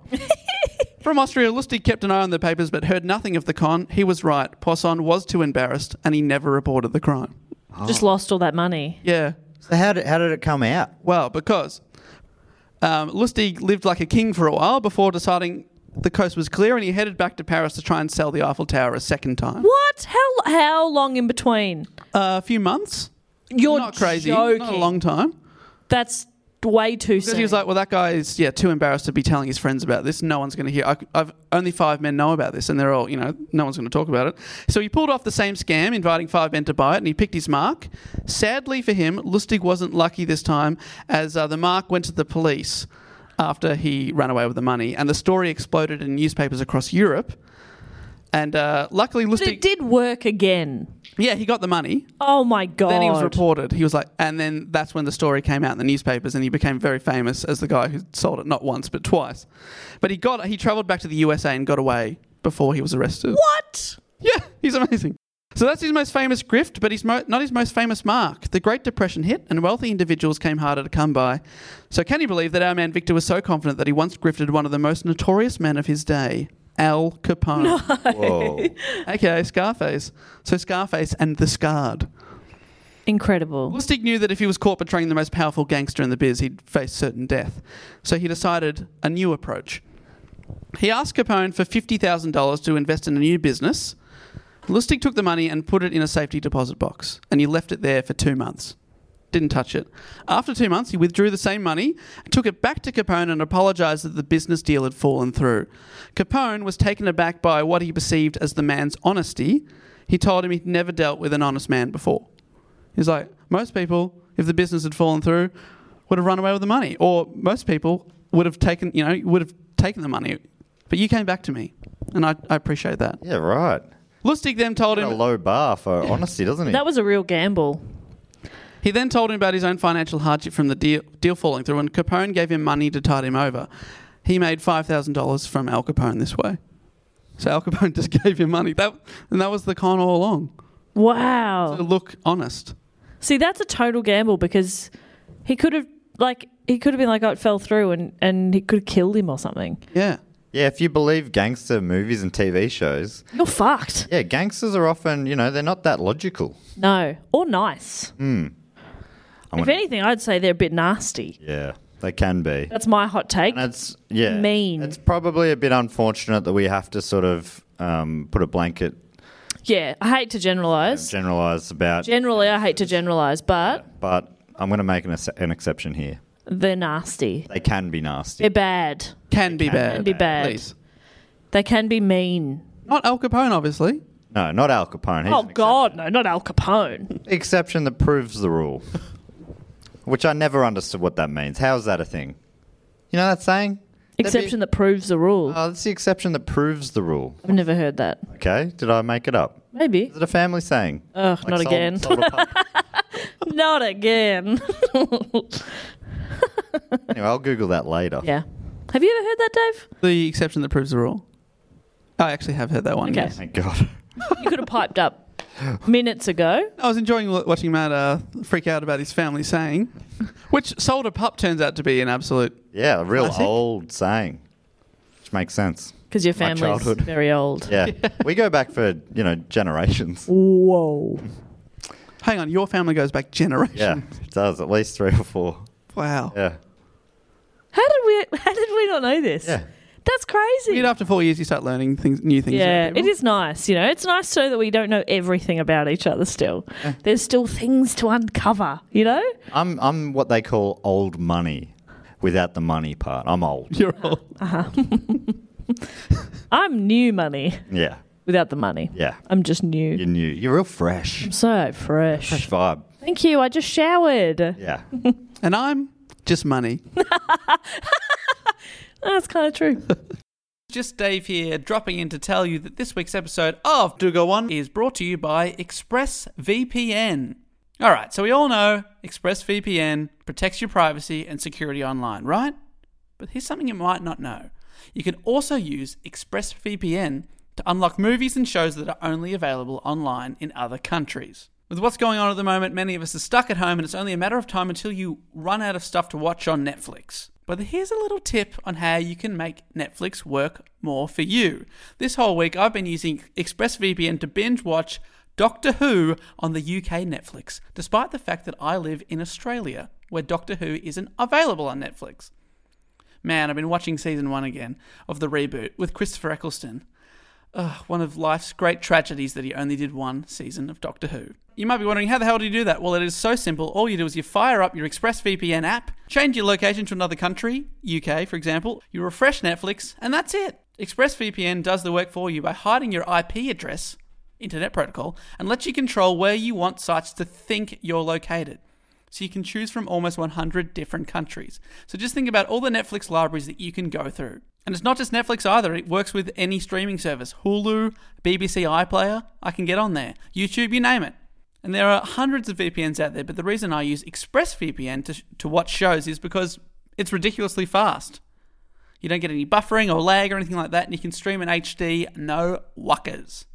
From Austria, Lustig kept an eye on the papers but heard nothing of the con. He was right. Poisson was too embarrassed and he never reported the crime.
Just
Oh.
lost all that money.
Yeah.
So how did, how did it come out?
Well, because um, Lustig lived like a king for a while before deciding the coast was clear and he headed back to Paris to try and sell the Eiffel Tower a second time. Uh,
What? How how long in between?
A few months.
You're
not crazy.
Joking.
Not a long time.
That's way too
Because
soon.
he was like, well, that guy is yeah too embarrassed to be telling his friends about this. No one's going to hear. I, I've only five men know about this, and they're all you know. No one's going to talk about it. So he pulled off the same scam, inviting five men to buy it, and he picked his mark. Sadly for him, Lustig wasn't lucky this time, as uh, the mark went to the police after he ran away with the money, and the story exploded in newspapers across Europe. And uh, luckily,
but it
Lustig,
did work again.
yeah, he got the money.
Oh my god.
Then he was reported. He was like, and then that's when the story came out in the newspapers, and he became very famous as the guy who sold it not once but twice. But he got he travelled back to the USA and got away before he was arrested.
What?
Yeah, he's amazing. So that's his most famous grift, but he's mo- not his most famous mark. The Great Depression hit, and wealthy individuals came harder to come by. So can you believe that our man Victor was so confident that he once grifted one of the most notorious men of his day, Al Capone?
Whoa.
Okay, Scarface. So Scarface and the Scarred.
Incredible.
Lustig knew that if he was caught betraying the most powerful gangster in the biz, he'd face certain death. So he decided a new approach. He asked Capone for $50,000 to invest in a new business. Lustig took the money and put it in a safety deposit box, and he left it there for two months. Didn't touch it. After two months, he withdrew the same money, took it back to Capone, and apologised that the business deal had fallen through. Capone was taken aback by what he perceived as the man's honesty. He told him he'd never dealt with an honest man before. He's like, most people, if the business had fallen through, would have run away with the money, or most people would have taken, you know, would have taken the money. But you came back to me, and I, I appreciate that.
yeah, right.
Lustig then told
Got a
him.
low bar for honesty, doesn't he?
That was a real gamble.
He then told him about his own financial hardship from the deal, deal falling through, and Capone gave him money to tide him over. He made five thousand dollars from Al Capone this way. So Al Capone just gave him money. That and that was the con all along.
Wow.
To look honest.
See, that's a total gamble because he could have like he could have been like, oh, it fell through, and and he could have killed him or something.
Yeah.
yeah, if you believe gangster movies and TV shows,
You're fucked.
yeah, gangsters are often, you know, they're not that logical.
No, or nice.
Mm.
I'm
If
gonna-
anything, I'd say they're a bit nasty.
Yeah, they can be.
That's my hot take.
And it's yeah,
Mean.
It's probably a bit unfortunate that we have to sort of um, put a blanket
Yeah, I hate to generalize.
generalize about,
Generally, I hate to generalize, but
but I'm going to make an, ex- an exception here.
they're nasty.
They can be nasty.
They're bad.
Can be bad.
Can be bad.
Please.
They can be mean.
Not Al Capone, obviously.
no, not Al Capone. He's
oh
an
God, no, not Al Capone.
excep- exception that proves the rule, which I never understood what that means. How is that a thing? You know that saying?
Exception that proves the rule.
Uh, Oh, that's the exception that proves the rule.
I've never heard that.
Okay, did I make it up?
Maybe.
Is it a family saying?
Ugh, Uh, not again. Not again.
anyway, I'll Google that later.
yeah. Have you ever heard that, Dave?
The exception that proves the rule. I actually have heard that one.
Okay.
yes.
Thank God.
You could have piped up minutes ago.
I was enjoying wa- watching Matt uh, freak out about his family saying, which "sold a pup" turns out to be an absolute.
Yeah, a real
Classic.
old saying, which makes sense.
Because your
My
family's
childhood.
very old.
Yeah, we go back for you know generations.
Whoa.
Hang on, your family goes back generations.
Yeah, it does at least three or four.
Wow.
Yeah,
How did we how did we not know this?
yeah.
That's crazy.
You know, after four years, you start learning things, new things.
yeah,
about
it
people.
is nice, you know. It's nice so that we don't know everything about each other still. There's still things to uncover, you know?
I'm I'm what they call old money, without the money part. I'm old.
You're all.
I'm new money
Yeah,
without the money.
yeah.
I'm just new.
You're new. You're real fresh.
So fresh.
Fresh vibe.
Thank you. I just showered.
Yeah.
And I'm just money.
That's kind of true.
Just Dave here, dropping in to tell you that this week's episode of Do Go On is brought to you by ExpressVPN. All right, so we all know ExpressVPN protects your privacy and security online, right? But here's something you might not know. You can also use ExpressVPN to unlock movies and shows that are only available online in other countries. With what's going on at the moment, many of us are stuck at home and it's only a matter of time until you run out of stuff to watch on Netflix. But here's a little tip on how you can make Netflix work more for you. This whole week, I've been using ExpressVPN to binge watch Doctor Who on the UK Netflix, despite the fact that I live in Australia, where Doctor Who isn't available on Netflix. Man, I've been watching season one again of the reboot with Christopher Eccleston. Ugh, one of life's great tragedies that he only did one season of Doctor Who. You might be wondering, how the hell do you do that? Well, it is so simple. All you do is you fire up your ExpressVPN app, change your location to another country, UK for example, you refresh Netflix, and that's it. ExpressVPN does the work for you by hiding your IP address, Internet Protocol, and lets you control where you want sites to think you're located so you can choose from almost 100 different countries. So just think about all the Netflix libraries that you can go through. And it's not just Netflix either, it works with any streaming service Hulu, BBC iPlayer, I can get on there, YouTube, you name it. And there are hundreds of VPNs out there, but the reason I use ExpressVPN to, to watch shows is because it's ridiculously fast. You don't get any buffering or lag or anything like that, and you can stream in HD, no wuckers.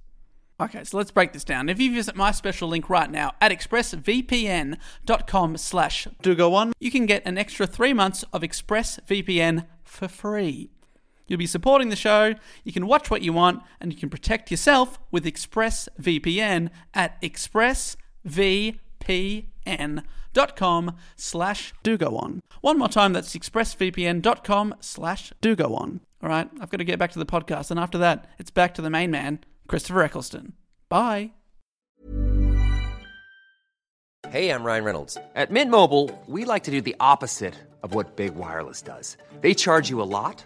Okay, so let's break this down. If you visit my special link right now at expressvpn.com slash do go on, you can get an extra three months of ExpressVPN for free. You'll be supporting the show, you can watch what you want, and you can protect yourself with ExpressVPN at expressvpn.com slash do go on. One more time, that's expressvpn.com slash do go on. All right, I've got to get back to the podcast, and after that, it's back to the main man, Christopher Eccleston. Bye.
Hey, I'm Ryan Reynolds. At Mint Mobile, we like to do the opposite of what Big Wireless does. They charge you a lot,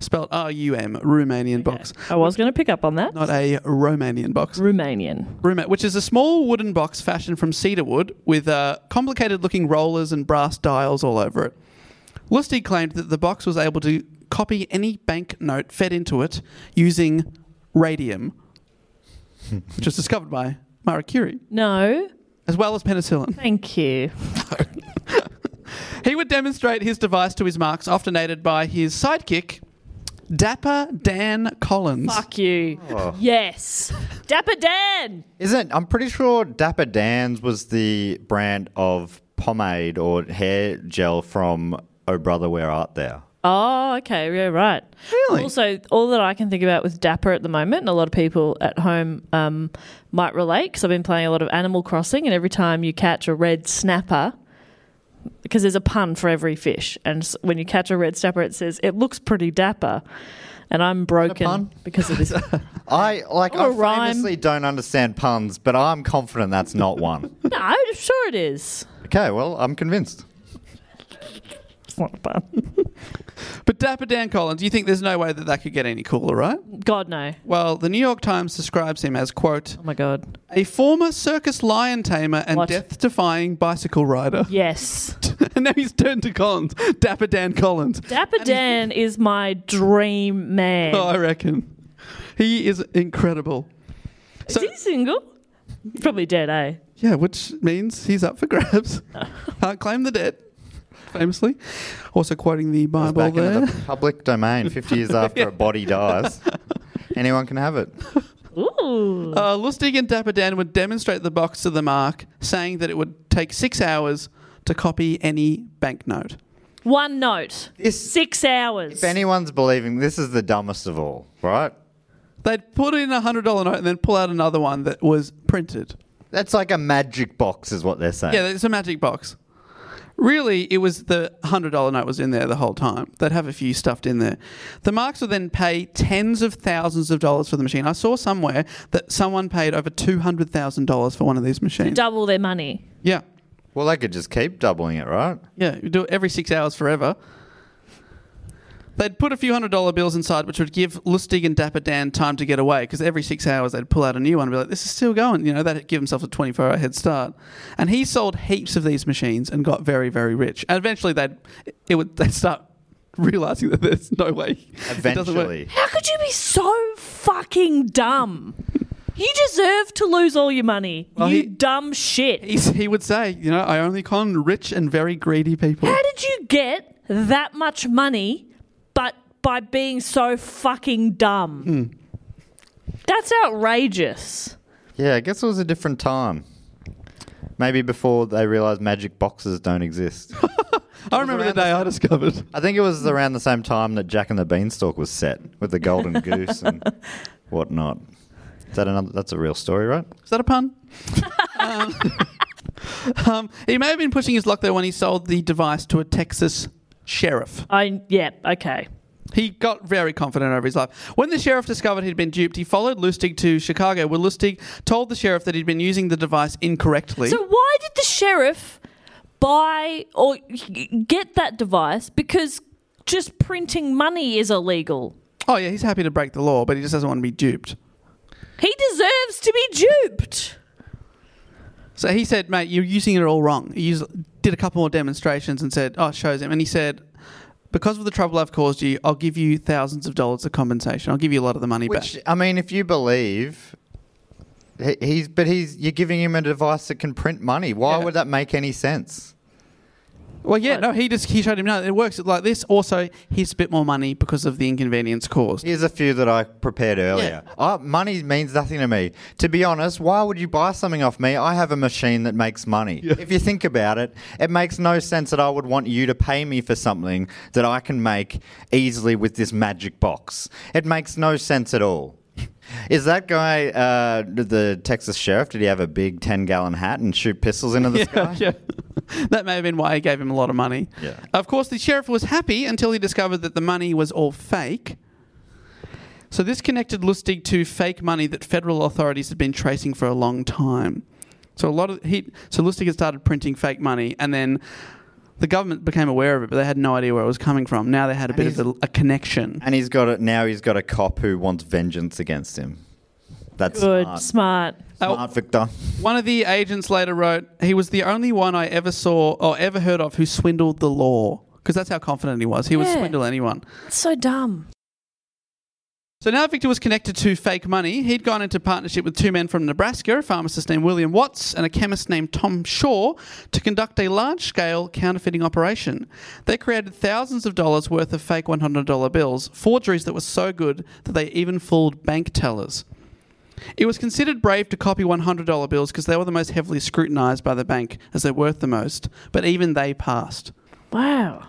spelled R U M, Romanian Box.
I was going to pick up on that.
Not a Romanian box.
Romanian.
Roommate, which is a small wooden box fashioned from cedar wood with uh, complicated looking rollers and brass dials all over it. Lustig claimed that the box was able to copy any banknote fed into it using radium, which was discovered by Marie Curie,
No.
as well as penicillin.
Thank you.
He would demonstrate his device to his marks, often aided by his sidekick, Dapper Dan Collins.
Fuck you. Yes. Dapper Dan.
Isn't I'm pretty sure Dapper Dan's was the brand of pomade or hair gel from Oh Brother Where Art Thou?
Oh, okay. Yeah, right. Really? Also, all that I can think about with Dapper at the moment, and a lot of people at home um, might relate, because I've been playing a lot of Animal Crossing, and every time you catch a red snapper, because there's a pun for every fish, and s- when you catch a red snapper, it says, it looks pretty dapper. And I'm broken
pun?
because of this.
I like
Or a
I
rhyme.
famously don't understand puns, but I'm confident that's not one.
no, I'm sure it is.
okay, well, I'm convinced.
It's not a pun.
But Dapper Dan Collins, you think there's no way that that could get any cooler, right?
God, no.
Well, the New York Times describes him as, quote,
Oh, my God.
a former circus lion tamer and
What?
death defying bicycle rider.
Yes.
and now he's turned to Collins, Dapper Dan Collins.
Dapper Dan is my dream man.
Oh, I reckon. He is incredible.
is he single? Probably dead, eh?
Yeah, which means he's up for grabs. Can't claim the debt, famously. Also quoting the
It's
Bible
back
there.
into the public domain 50 years after a body dies. Anyone can have it.
Ooh.
Uh, Lustig and Dapper Dan would demonstrate the box to the mark, saying that it would take six hours to copy any banknote.
One note.
This-
Six hours.
If anyone's believing this is the dumbest of all, right?
They'd put in a hundred dollar note and then pull out another one that was printed.
That's like a magic box, is what they're saying.
Yeah, it's a magic box. Really, it was the hundred dollar note was in there the whole time. They'd have a few stuffed in there. The marks would then pay tens of thousands of dollars for the machine. I saw somewhere that someone paid over two hundred thousand dollars for one of these machines.
Double their money.
Yeah,
well, they could just keep doubling it, right?
yeah, you do it every six hours forever. They'd put a few hundred dollar bills inside, which would give Lustig and Dapper Dan time to get away because every six hours they'd pull out a new one and be like, this is still going. You know, that'd give himself a 24 hour head start. And he sold heaps of these machines and got very, very rich. And eventually they'd, it would, they'd start realizing that there's no way. it doesn't work.
Eventually.
How could you be so fucking dumb? You deserve to lose all your money.
Well,
you
he-
dumb shit.
He's, he would say, you know, I only con rich and very greedy people.
How did you get that much money but by being so fucking dumb?
Hmm.
That's outrageous.
Yeah, I guess it was a different time. Maybe before they realized magic boxes don't exist.
I remember the day I discovered.
I think it was around the same time that Jack and the Beanstalk was set with the golden goose and whatnot. Is that another? That's a real story, right?
Is that a pun? um, um, he may have been pushing his luck there when he sold the device to a Texas sheriff.
I yeah, okay.
He got very confident over his life. When the sheriff discovered he'd been duped, he followed Lustig to Chicago, where Lustig told the sheriff that he'd been using the device incorrectly.
So why did the sheriff buy or get that device because just printing money is illegal.
oh, yeah, he's happy to break the law, but he just doesn't want to be duped.
He deserves to be duped.
So he said, mate, you're using it all wrong. He used, did a couple more demonstrations and said, oh, it shows him. And he said, because of the trouble I've caused you, I'll give you thousands of dollars of compensation. I'll give you a lot of the money back.
Which I mean, if you believe, he- he's but he's you're giving him a device that can print money. Why
Yeah.
would that make any sense?
Well, yeah, no, he just he showed him no, it works like this. Also, he spent more money because of the inconvenience caused.
Here's a few that I prepared earlier. Oh, money means nothing to me. To be honest, why would you buy something off me? I have a machine that makes money. If you think about it, it makes no sense that I would want you to pay me for something that I can make easily with this magic box. It makes no sense at all. Is that guy uh, the Texas sheriff? Did he have a big ten-gallon hat and shoot pistols into the sky?
Yeah. that may have been why he gave him a lot of money.
Yeah.
Of course, the sheriff was happy until he discovered that the money was all fake. So this connected Lustig to fake money that federal authorities had been tracing for a long time. So a lot of he so Lustig had started printing fake money, and then the government became aware of it, but they had no idea where it was coming from. Now they had a
And
bit of a, a connection.
And he's got it now. He's got a cop who wants vengeance against him. That's
Good,
smart.
smart.
Smart, Victor.
One of the agents later wrote, "He was the only one I ever saw or ever heard of who swindled the law." Because that's how confident he was. He would
Yeah.
swindle anyone.
It's so dumb.
So now Victor was connected to fake money. He'd gone into partnership with two men from Nebraska, a pharmacist named William Watts and a chemist named Tom Shaw, to conduct a large scale counterfeiting operation. They created thousands of dollars worth of fake $100 bills, forgeries that were so good that they even fooled bank tellers. It was considered brave to copy $100 bills because they were the most heavily scrutinized by the bank as they're worth the most, but even they passed.
Wow.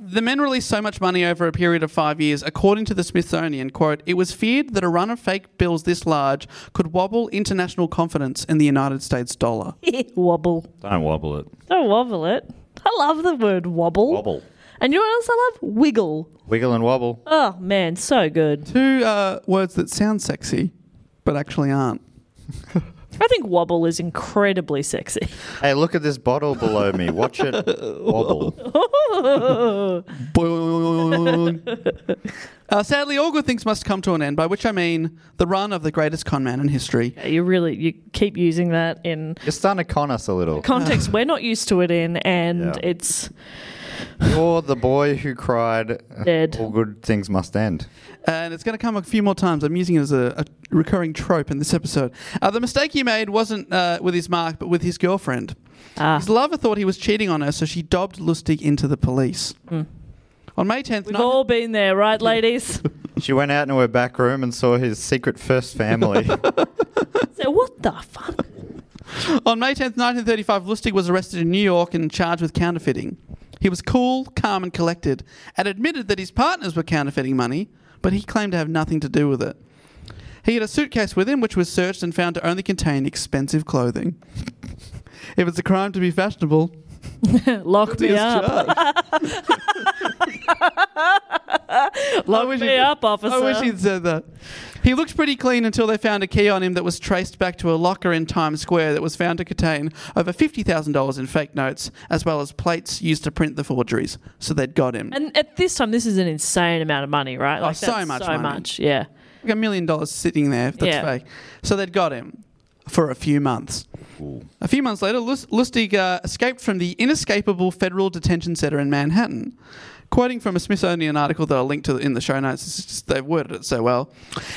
The men released so much money over a period of five years, according to the Smithsonian, quote, it was feared that a run of fake bills this large could wobble international confidence in the United States dollar.
wobble.
Don't wobble it.
Don't wobble it. I love the word wobble.
Wobble.
And you know what else I love? Wiggle.
Wiggle and wobble.
Oh man, so good.
Two uh, words that sound sexy, but actually aren't.
I think wobble is incredibly sexy.
Hey, look at this bottle below me. Watch it wobble.
Boing. uh, sadly, all good things must come to an end, by which I mean the run of the greatest con man in history.
you really you keep using that in
You're starting to con us a little.
context we're not used to it in, and
Yeah.
it's
You're the boy who cried.
Dead.
All good things must end.
And it's going to come a few more times. I'm using it as a, a recurring trope in this episode. Uh, the mistake he made wasn't uh, with his mark, but with his girlfriend.
Ah.
His lover thought he was cheating on her, so she dobbed Lustig into the police. On May 10th,
Hmm. we've
nine-
all been there, right, ladies?
She went out into her back room and saw his secret first family.
so what the fuck?
on May 10th, 1935, Lustig was arrested in New York and charged with counterfeiting. He was cool, calm, and collected, and admitted that his partners were counterfeiting money, but he claimed to have nothing to do with it. He had a suitcase with him, which was searched and found to only contain expensive clothing. if it's a crime to be fashionable,
Lock me
Yes,
up.
Judge. I
Lock
wish
me
he'd-
up, officer.
I wish he'd said that. He looked pretty clean until they found a key on him that was traced back to a locker in Times Square that was found to contain over $50,000 in fake notes, as well as plates used to print the forgeries. So they'd got him.
and at this time, this is an insane amount of money,
Oh,
right?
so
that's
much
so
money.
much, yeah.
like a million dollars sitting there that's
Yeah.
fake. So they'd got him for a few months. A few months later, Lus- Lustig uh, escaped from the inescapable federal detention center in Manhattan. Quoting from a Smithsonian article that I'll link to in the show notes, it's just, they've worded it so well.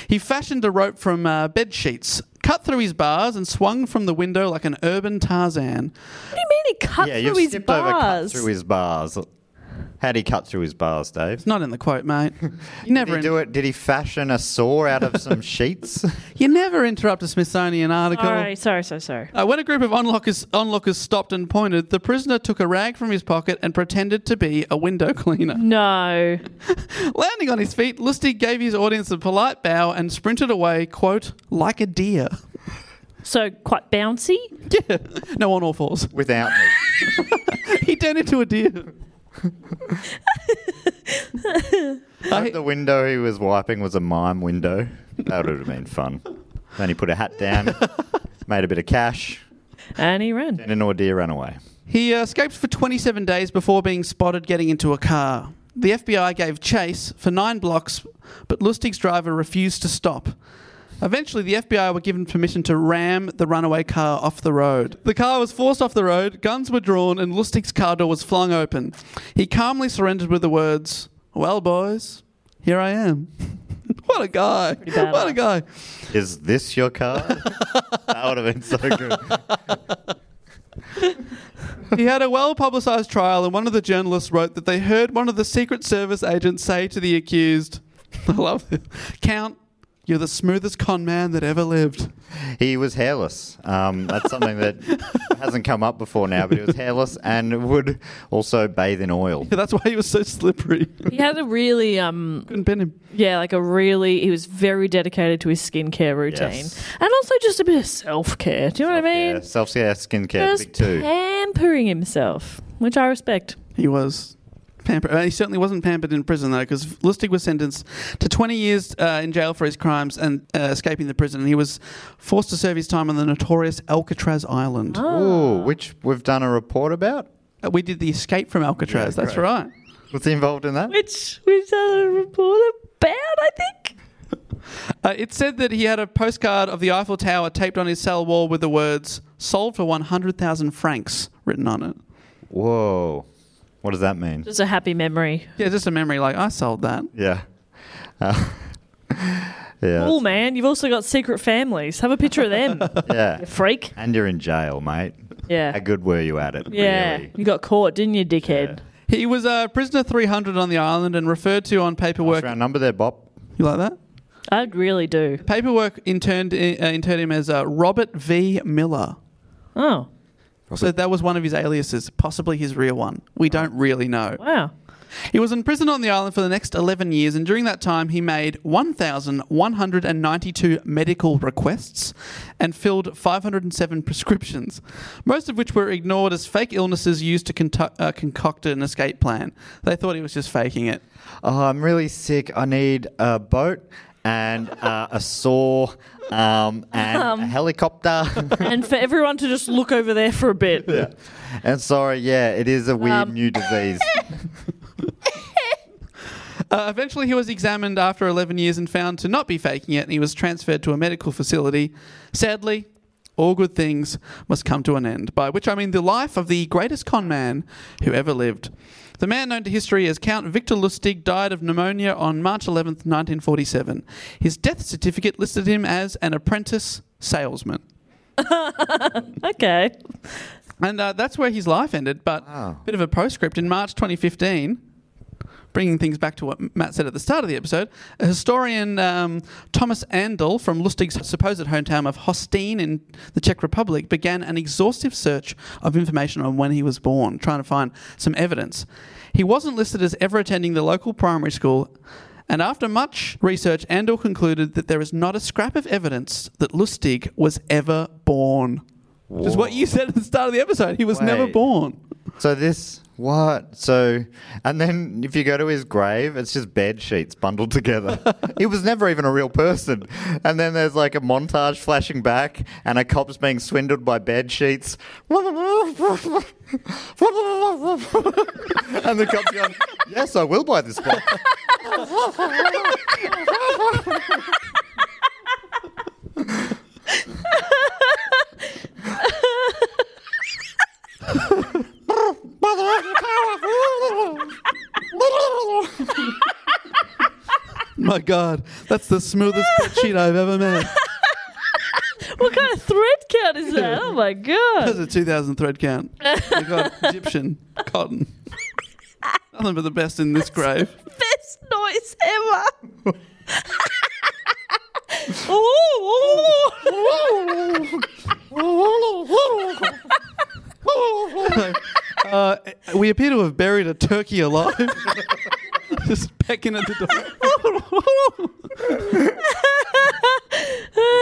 He fashioned a rope from uh, bed sheets, cut through his bars, and swung from the window like an urban Tarzan.
What do you mean he cut
yeah,
through
you've
his
skipped over cut
bars?
through his bars. How'd he cut through his bars, Dave?
It's not in the quote, mate. You never,
Did he
in-
do it? Did he fashion a saw out of some sheets?
you never interrupt a Smithsonian article.
Sorry, sorry, sorry, sorry.
Uh, when a group of onlookers, onlookers stopped and pointed, the prisoner took a rag from his pocket and pretended to be a window cleaner.
No.
Landing on his feet, Lustig gave his audience a polite bow and sprinted away, quote, like a deer.
So quite bouncy.
yeah, no, on all fours.
Without me.
he turned into a deer.
I hope the window he was wiping was a mime window. That would have been fun. Then he put a hat down, made a bit of cash,
And he ran.
and an ordeer ran away.
He uh, escaped for 27 days before being spotted getting into a car. The FBI gave chase for nine blocks, but Lustig's driver refused to stop. Eventually, the FBI were given permission to ram the runaway car off the road. The car was forced off the road, guns were drawn, and Lustig's car door was flung open. He calmly surrendered with the words, Well, boys, here I am. what a guy.
badass.
What a guy.
Is this your car? that would have been so good.
He had a well publicized trial, and one of the journalists wrote that they heard one of the Secret Service agents say to the accused, I love this, Count, you're the smoothest con man that ever lived.
He was hairless. Um, that's something that hasn't come up before now, but he was hairless and would also bathe in oil.
Yeah, that's why he was so slippery.
He had a really um
Couldn't pin him.
yeah, like a really he was very dedicated to his skincare routine.
Yes.
And also just a bit of self care. Do you know what I mean?
Yeah, self-care skincare,
Just
big two.
pamper pampering himself, which I respect.
He was pampered. Uh, He certainly wasn't pampered in prison, though, because Lustig was sentenced to 20 years uh, in jail for his crimes and uh, escaping the prison. And he was forced to serve his time on the notorious Alcatraz Island.
Ah. Ooh, which we've done a report about.
Uh, We did the escape from Alcatraz,
Yeah,
that's
great.
right.
What's involved in that?
Which we've done a report about, I think.
Uh, it said that he had a postcard of the Eiffel Tower taped on his cell wall with the words, sold for 100,000 francs written on it.
Whoa, what does that mean?
Just a happy memory.
Yeah, just a memory like, I sold that.
Yeah, Uh, yeah,
Cool, man. You've also got secret families. Have a picture of them,
yeah.
you freak.
And you're in jail, mate.
Yeah.
How good were you at it?
Yeah.
really?
You got caught, didn't you, dickhead?
He was uh, prisoner 300 on the island and referred to on paperwork.
What's our number there, Bob?
You like that?
I really do.
Paperwork interned, uh, interned him as uh, Robert V. Miller.
Oh,
So that was one of his aliases, possibly his real one. We don't really know.
wow.
He was in prison on the island for the next 11 years, and during that time, he made 1,192 medical requests and filled 507 prescriptions, most of which were ignored as fake illnesses used to contu- uh, concoct an escape plan. They thought he was just faking it.
Oh, I'm really sick. I need a boat and uh, a saw um, and a helicopter.
And for everyone to just look over there for a bit.
and sorry, yeah, it is a weird new disease.
Uh, eventually, he was examined after 11 years and found to not be faking it, and he was transferred to a medical facility. Sadly, all good things must come to an end, by which I mean the life of the greatest con man who ever lived. The man known to history as Count Victor Lustig died of pneumonia on March 11th, 1947. His death certificate listed him as an apprentice salesman.
Okay.
And uh, that's where his life ended. But bit of a postscript in March 2015, bringing things back to what Matt said at the start of the episode. A historian um, Thomas Andel from Lustig's supposed hometown of Hostin in the Czech Republic began an exhaustive search of information on when he was born, trying to find some evidence. He wasn't listed as ever attending the local primary school. And after much research, Andel concluded that there is not a scrap of evidence that Lustig was ever born. Which is what you said at the start of the episode. He was never
Wait.
born.
so this what? So and then if you go to his grave, it's just bed sheets bundled together. he was never even a real person. And then there's like a montage flashing back, and a cop's being swindled by bed sheets. and the cop's going, "Yes, I will buy this one."
My God, that's the smoothest bed sheet I've ever met.
What kind of thread count is that? Oh my
That's
god.
a 2000 thread count. My God, Egyptian cotton. Nothing but the best in this grave.
Best noise ever. Ooh, ooh.
Uh, we appear to have buried a turkey alive. Just pecking at the door.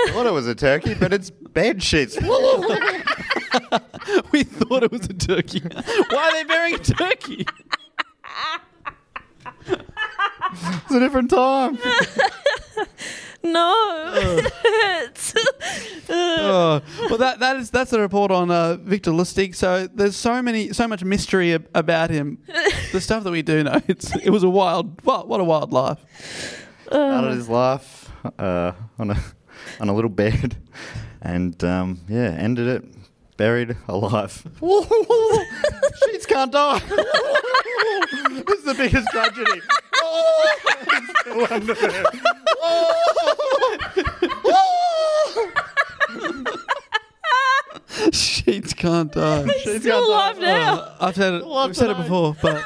I thought it was a turkey, but it's bed sheets.
we thought it was a turkey. Why are they burying a turkey?
It's a different time.
No. It hurts.
Oh, well, that that is that's a report on uh, Victor Lustig. So there's so many, so much mystery ab- about him. the stuff that we do know, it's it was a wild, what what a wild life.
Uh.
Started his life uh, on a on a little bed, and um, yeah, ended it buried alive. Sheets can't die. this is the biggest tragedy. Still under there.
Sheets can't die. Sheets
Still alive now.
Uh, I've said it. We've said it before, but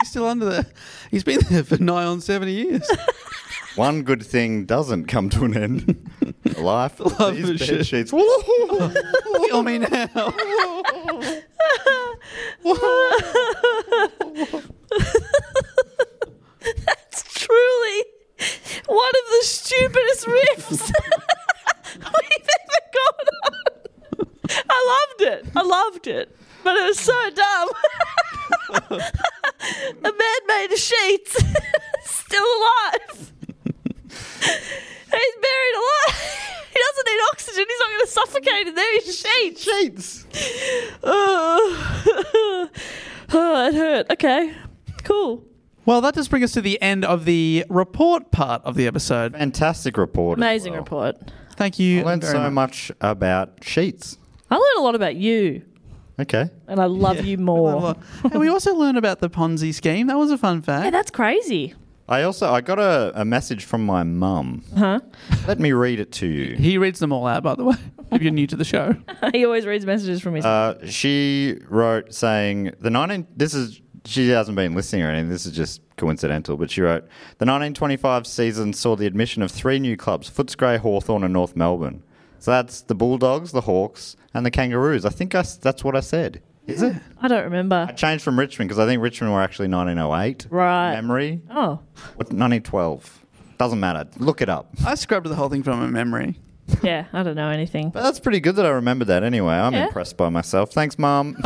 he's still under there. He's been there for nigh on seventy years.
One good thing doesn't come to an end. The Life.
Love
These
the
bed
shit.
sheets.
Kill me now.
That's truly one of the stupidest riffs we've ever gone on. I loved it. I love loved it, but it was so dumb. a man made of sheets, still alive. He's buried alive. He doesn't need oxygen. He's not going to suffocate in there. He's sheets.
Sheets.
Oh. oh, it hurt. Okay, cool.
Well, that does bring us to the end of the report part of the episode.
Fantastic report. as
Amazing
well.
report.
Thank you.
I learned
very
so much about sheets.
I learned a lot about you,
Okay.
and I love you more.
and we also learned about the Ponzi scheme. That was a fun
Hey,
fact.
that's crazy.
I also I got a, a message from my mum.
Huh?
Let me read it to you.
He reads them all out, by the way, if you're new to the show.
he always reads messages from his.
Uh, she wrote saying the 19 this is she hasn't been listening or anything. This is just coincidental, but she wrote the 1925 season saw the admission of three new clubs: Footscray, Hawthorn, and North Melbourne. So that's the Bulldogs, the Hawks, and the Kangaroos. I think I s that's what I said. Is it?
I don't remember.
I changed from Richmond because I think Richmond were actually 1908.
Right.
Memory.
Oh,
What, 1912. Doesn't matter. Look it up.
I scrubbed the whole thing from my memory.
yeah. I don't know anything.
But that's pretty good that I remembered that anyway. I'm
Yeah.
impressed by myself. Thanks, Mum.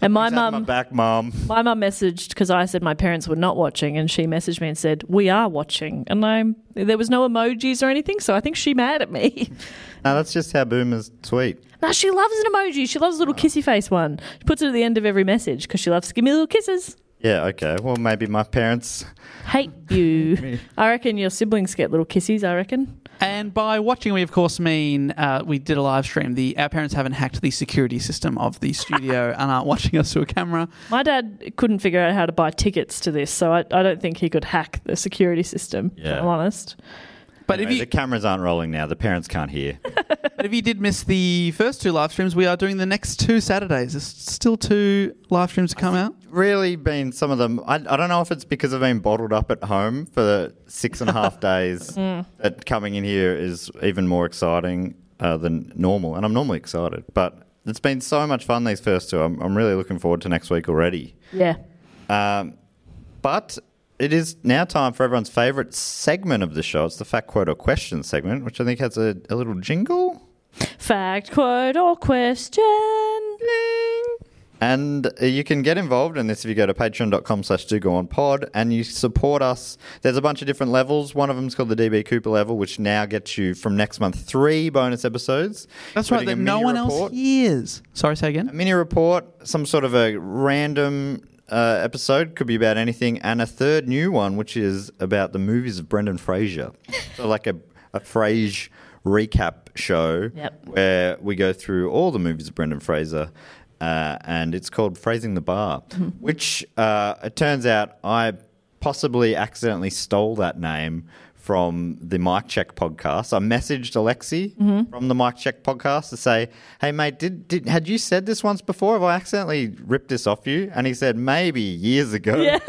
And my
Tap my
mum,
back, Mum.
my mum messaged because I said my parents were not watching, and she messaged me and said we are watching, and I there was no emojis or anything, so I think she mad at me.
No, that's just how boomers tweet.
no, she loves an emoji. She loves a little kissy face one. She puts it at the end of every message because she loves to give me little kisses.
Yeah, okay. Well, maybe my parents.
Hate you. I reckon your siblings get little kisses. I reckon.
And by watching, we of course mean uh, we did a live stream. The our parents haven't hacked the security system of the studio and aren't watching us through a camera.
My dad couldn't figure out how to buy tickets to this, so I, I don't think he could hack the security system.
Yeah.
If I'm honest.
But
Anyway,
if you
the cameras aren't rolling now. The parents can't hear.
but if you did miss the first two live streams, we are doing the next two Saturdays. There's still two live streams to come out.
really been some of them. I, I don't know if it's because I've been bottled up at home for six and a half days that coming in here is even more exciting uh, than normal. And I'm normally excited, but it's been so much fun these first two. I'm, I'm really looking forward to next week already.
Yeah.
Um, but it is now time for everyone's favourite segment of the show. It's the fact, quote, or question segment, which I think has a, a little jingle.
Fact, quote, or question.
And uh, you can get involved in this if you go to patreon.com slash do go on pod and you support us. There's a bunch of different levels. One of them's called the DB Cooper level, which now gets you from next month three bonus episodes.
That's right. That
including a
no
mini
one
report.
else hears. Um, Sorry, say
A
again.
mini report, some sort of a random uh, episode, could be about anything, and a third new one, which is about the movies of Brendan Fraser. so like a, a Frasier recap show
Yep.
where we go through all the movies of Brendan Fraser. Uh, and it's called Phrasing the Bar, which uh, it turns out I possibly accidentally stole that name from the Mic Check podcast. I messaged Alexi from the Mic Check podcast to say, "Hey mate, did, did had you said this once before? Have I accidentally ripped this off you?" And he said, "Maybe years ago."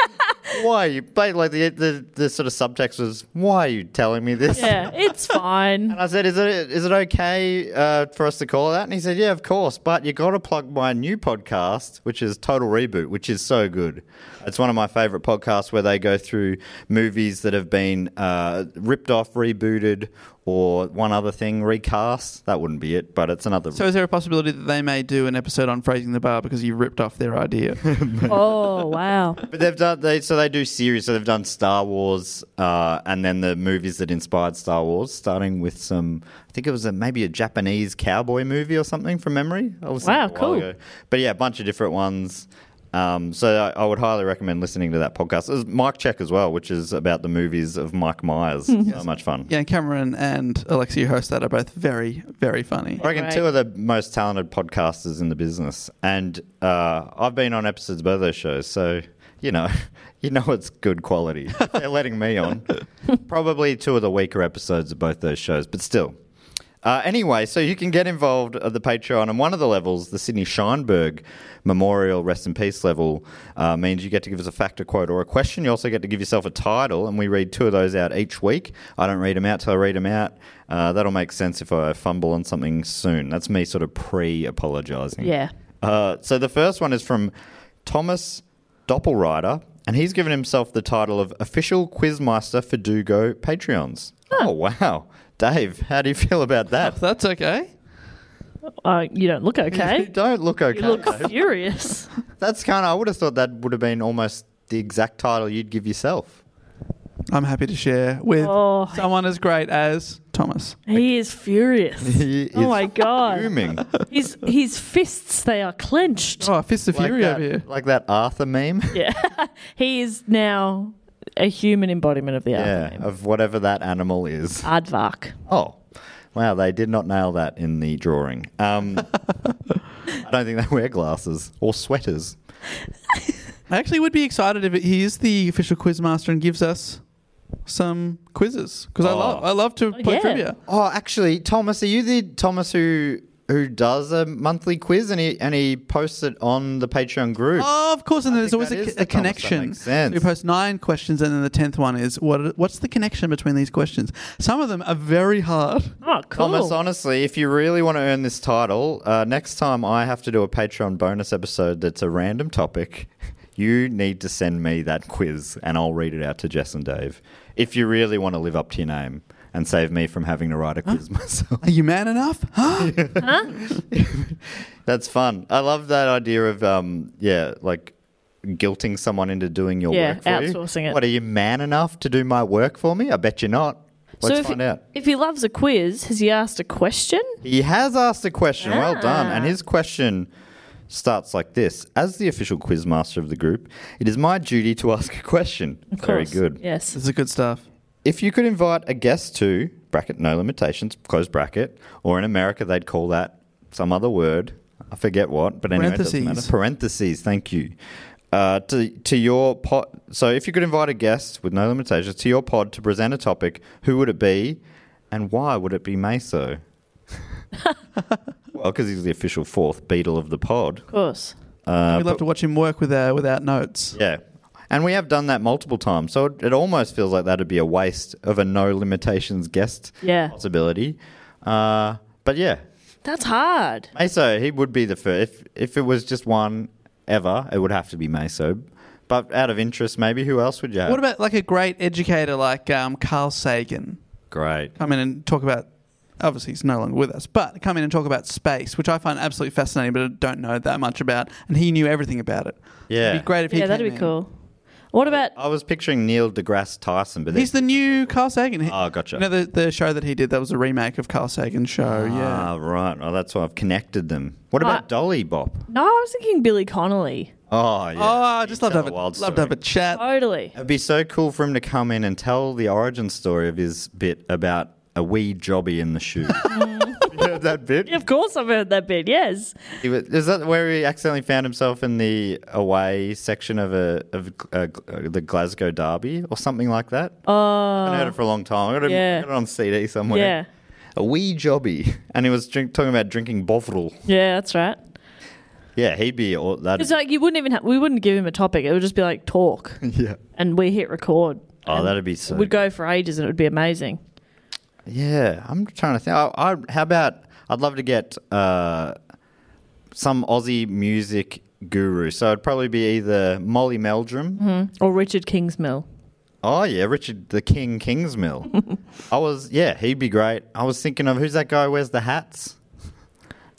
Why are you but like the, the the sort of subtext was why are you telling me this?
Yeah, it's fine.
And I said, "Is it is it okay uh, for us to call it that?" And he said, "Yeah, of course, but you got to plug my new podcast, which is Total Reboot, which is so good. It's one of my favorite podcasts where they go through movies that have been uh, ripped off, rebooted, or one other thing recast. That wouldn't be it, but it's another.
So is there a possibility that they may do an episode on phrasing the bar because you ripped off their idea?
Oh, wow.
but they've done they so they do series. So they've done Star Wars, uh, and then the movies that inspired Star Wars, starting with some. I think it was a, maybe a Japanese cowboy movie or something from memory. I was
Wow, cool.
But yeah, a bunch of different ones. Um, so I, I would highly recommend listening to that podcast. There's Mike Check as well, which is about the movies of Mike Myers. so much fun.
yeah, Cameron and Alexia, who host that, are both very, very funny.
I reckon
Right.
two of the most talented podcasters in the business, and uh, I've been on episodes of both those shows, so you know, you know it's good quality. They're letting me on. Probably two of the weaker episodes of both those shows, but still. Uh, anyway, so you can get involved at the Patreon, and one of the levels, the Sydney Scheinberg Memorial Rest in Peace level, uh, means you get to give us a fact, a quote, or a question. You also get to give yourself a title, and we read two of those out each week. I don't read them out till I read them out. Uh, that'll make sense if I fumble on something soon. That's me sort of pre-apologising.
Yeah.
Uh, so the first one is from Thomas Doppelrider, and he's given himself the title of official quizmaster for Dugo Patreons. Oh wow, Dave, how do you feel about that?
That's okay.
Uh, you don't look okay.
You don't look okay.
You look furious.
That's kind of. I would have thought that would have been almost the exact title you'd give yourself.
I'm happy to share with
Oh.
someone as great as Thomas.
He is furious.
He is
oh my god.
Fuming
His his fists they are clenched.
Oh, fists of
like
fury
that,
over here.
like that Arthur meme.
He is now a human embodiment of the
Yeah,
yeah.
of whatever that animal is.
Aardvark.
Oh, wow! They did not nail that in the drawing. Um, I don't think they wear glasses or sweaters.
I actually would be excited if he is the official quiz master and gives us some quizzes because I love I love to play
yeah.
trivia.
Oh, actually, Thomas, are you the Thomas who who does a monthly quiz and he and he posts it on the Patreon group?
Oh, of course, and then there's
think
always
that
a,
is
c-
the
a
Thomas, that
connection.
makes sense.
We post nine questions, and then the tenth one is what? What's the connection between these questions? Some of them are very hard.
Oh, cool.
Thomas, honestly, if you really want to earn this title, uh, next time I have to do a Patreon bonus episode that's a random topic, you need to send me that quiz and I'll read it out to Jess and Dave. If you really want to live up to your name and save me from having to write a quiz myself,
Are you man enough? Huh?
that's fun. I love that idea of, um, yeah, like guilting someone into doing your
Yeah,
work for
outsourcing
you.
it.
What, are you man enough to do my work for me? I bet you're not. Let's
if,
find
he,
out.
if he loves a quiz, has he asked a question?
He has asked a question.
Ah.
Well done. And his question starts like this As the official quiz master of the group, it is my duty to ask a question.
Of
Very
course.
good.
Yes.
this is good stuff.
If you could invite a guest to, bracket, no limitations, close bracket, or in America, they'd call that some other word. I forget what, but anyway, it doesn't matter. Parentheses,
Parentheses.
thank you. Uh, to, to your pod. So if you could invite a guest with no limitations to your pod to present a topic, who would it be and why would it be Meso? well, because he's the official fourth beetle of the pod.
Of course.
we love to watch him work with uh, without notes.
Uh, Yeah. And we have done that multiple times. So it, it almost feels like that'd be a waste of a no limitations guest
Yeah.
possibility. Uh, but yeah,
That's hard.
Meso, he would be the first. If, if it was just one ever, it would have to be Meso. But out of interest, maybe who else would you have?
What about like a great educator like um, Carl Sagan?
Great.
Come in and talk about. Obviously, he's no longer with us, but come in and talk about space, which I find absolutely fascinating, but I don't know that much about. And he knew everything about it.
Yeah.
It'd be great if he
yeah, that'd
came
be
in.
cool. What about
I was picturing Neil deGrasse Tyson, but
He's the new Carl Sagan. He-
Oh, gotcha.
You know, the, the show that he did, that was a remake of Carl Sagan's show.
Ah,
yeah.
right. Oh, that's why I've connected them. What
Uh,
about Dolly Bop?
No, I was thinking Billy Connolly.
Oh, yeah.
Oh, I just love to,
Tell
have
a
a,
wild
love to have a
story.
chat.
Totally.
It'd be so cool for him to come in and tell the origin story of his bit about a wee jobby in the shoe. you heard that bit?
Of course I've heard that bit, yes.
He was, is that where he accidentally found himself in the away section of a of uh, the Glasgow Derby or something like that? Oh, I haven't heard it for a long time. I got it,
Yeah.
got it on CD somewhere.
Yeah.
A wee jobby, and he was drink, talking about drinking bovril.
Yeah, that's right.
Yeah, he'd be all that.
It's like you wouldn't even have, we wouldn't give him a topic. It would just be like talk.
Yeah.
and we hit record.
Oh, that'd be so.
We'd go for ages and it would be amazing.
Yeah, I'm trying to think. I, I, how about I'd love to get uh, some Aussie music guru. So it'd probably be either Molly Meldrum.
Or Richard Kingsmill.
Oh yeah, Richard the King Kingsmill. I was yeah, he'd be great. I was thinking of who's that guy? who Wears the hats?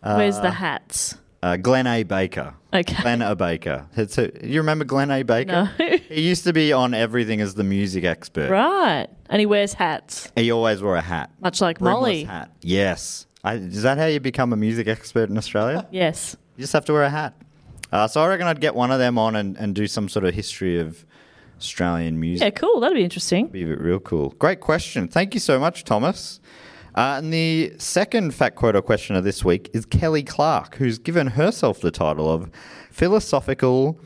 Where's the hats?
Uh, Glenn A. Baker.
Okay.
Glenn A. Baker. It's who- you remember Glenn A. Baker?
No.
he used to be on everything as the music expert.
Right. And he wears hats,
He always wore a hat.
much like
Brimless
Molly.
hat. Yes. I, is that how you become a music expert in Australia?
Yes.
You just have to wear a hat. Uh, so I reckon I'd get one of them on and, and do some sort of history of Australian music.
Yeah, cool. That'd be interesting.
Be real cool. Great question. Thank you so much, Thomas. Uh, and the second fact quote or question of this week is Kelly Clark, who's given herself the title of philosophical.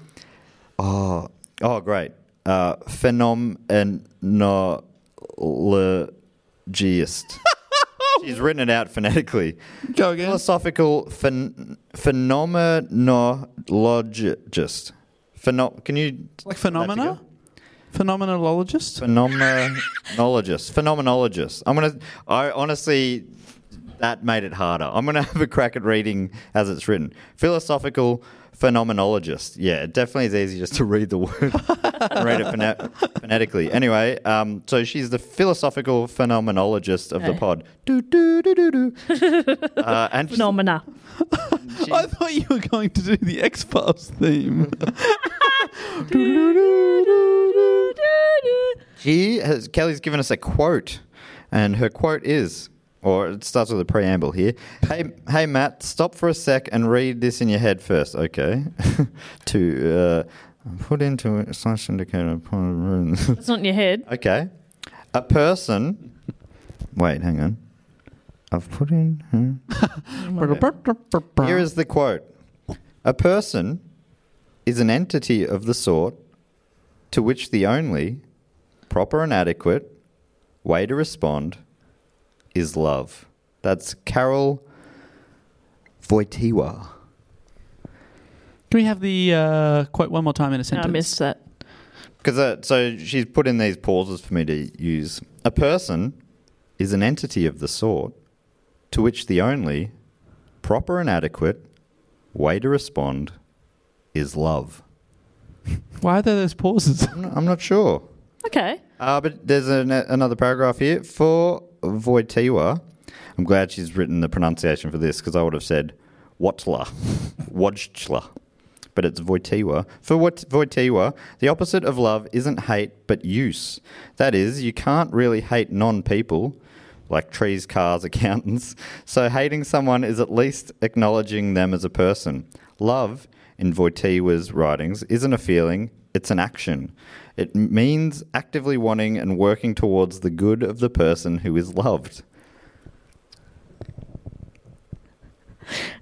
Oh, oh, great. Uh, phenomenologist. She's written it out phonetically.
Go again.
Philosophical phen- phenomenologist. Pheno- can you
Like
That
phenomena? Phenomenologist?
phenomenologist phenomenologist i'm gonna i honestly that made it harder i'm gonna have a crack at reading as it's written philosophical phenomenologist yeah it definitely is easy just to read the word and read it phone- phonetically anyway um, so she's the philosophical phenomenologist of the pod do do do do do uh, and she's-
Phenomena.
I thought you were going to do the X Files theme.
She has, Kelly's given us a quote, and her quote is, or it starts with a preamble here. Hey, hey, Matt, stop for a sec and read this in your head first, okay? to uh, put into a slash indicator upon room.
That's not in your head.
okay, a person. Wait, hang on. I've put in. hmm. Here is the quote. A person is an entity of the sort to which the only proper and adequate way to respond is love. That's Carol Wojtyła.
Can we have the uh, quote one more time in a
No, I
sentence?
missed that.
Because uh, so she's put in these pauses for me to use. A person is an entity of the sort to which the only proper and adequate way to respond is love.
Why are there those pauses?
I'm not, I'm not sure.
Okay.
Uh, but there's an, another paragraph here for Wojtyła. I'm glad she's written the pronunciation for this because I would have said Wotla, Wojtla, but it's Wojtyła. For what Wojtyła, the opposite of love isn't hate but use. That is, you can't really hate non-people like trees, cars, accountants. So hating someone is at least acknowledging them as a person. Love, in Wojtyła's writings, isn't a feeling, it's an action. It m- means actively wanting and working towards the good of the person who is loved.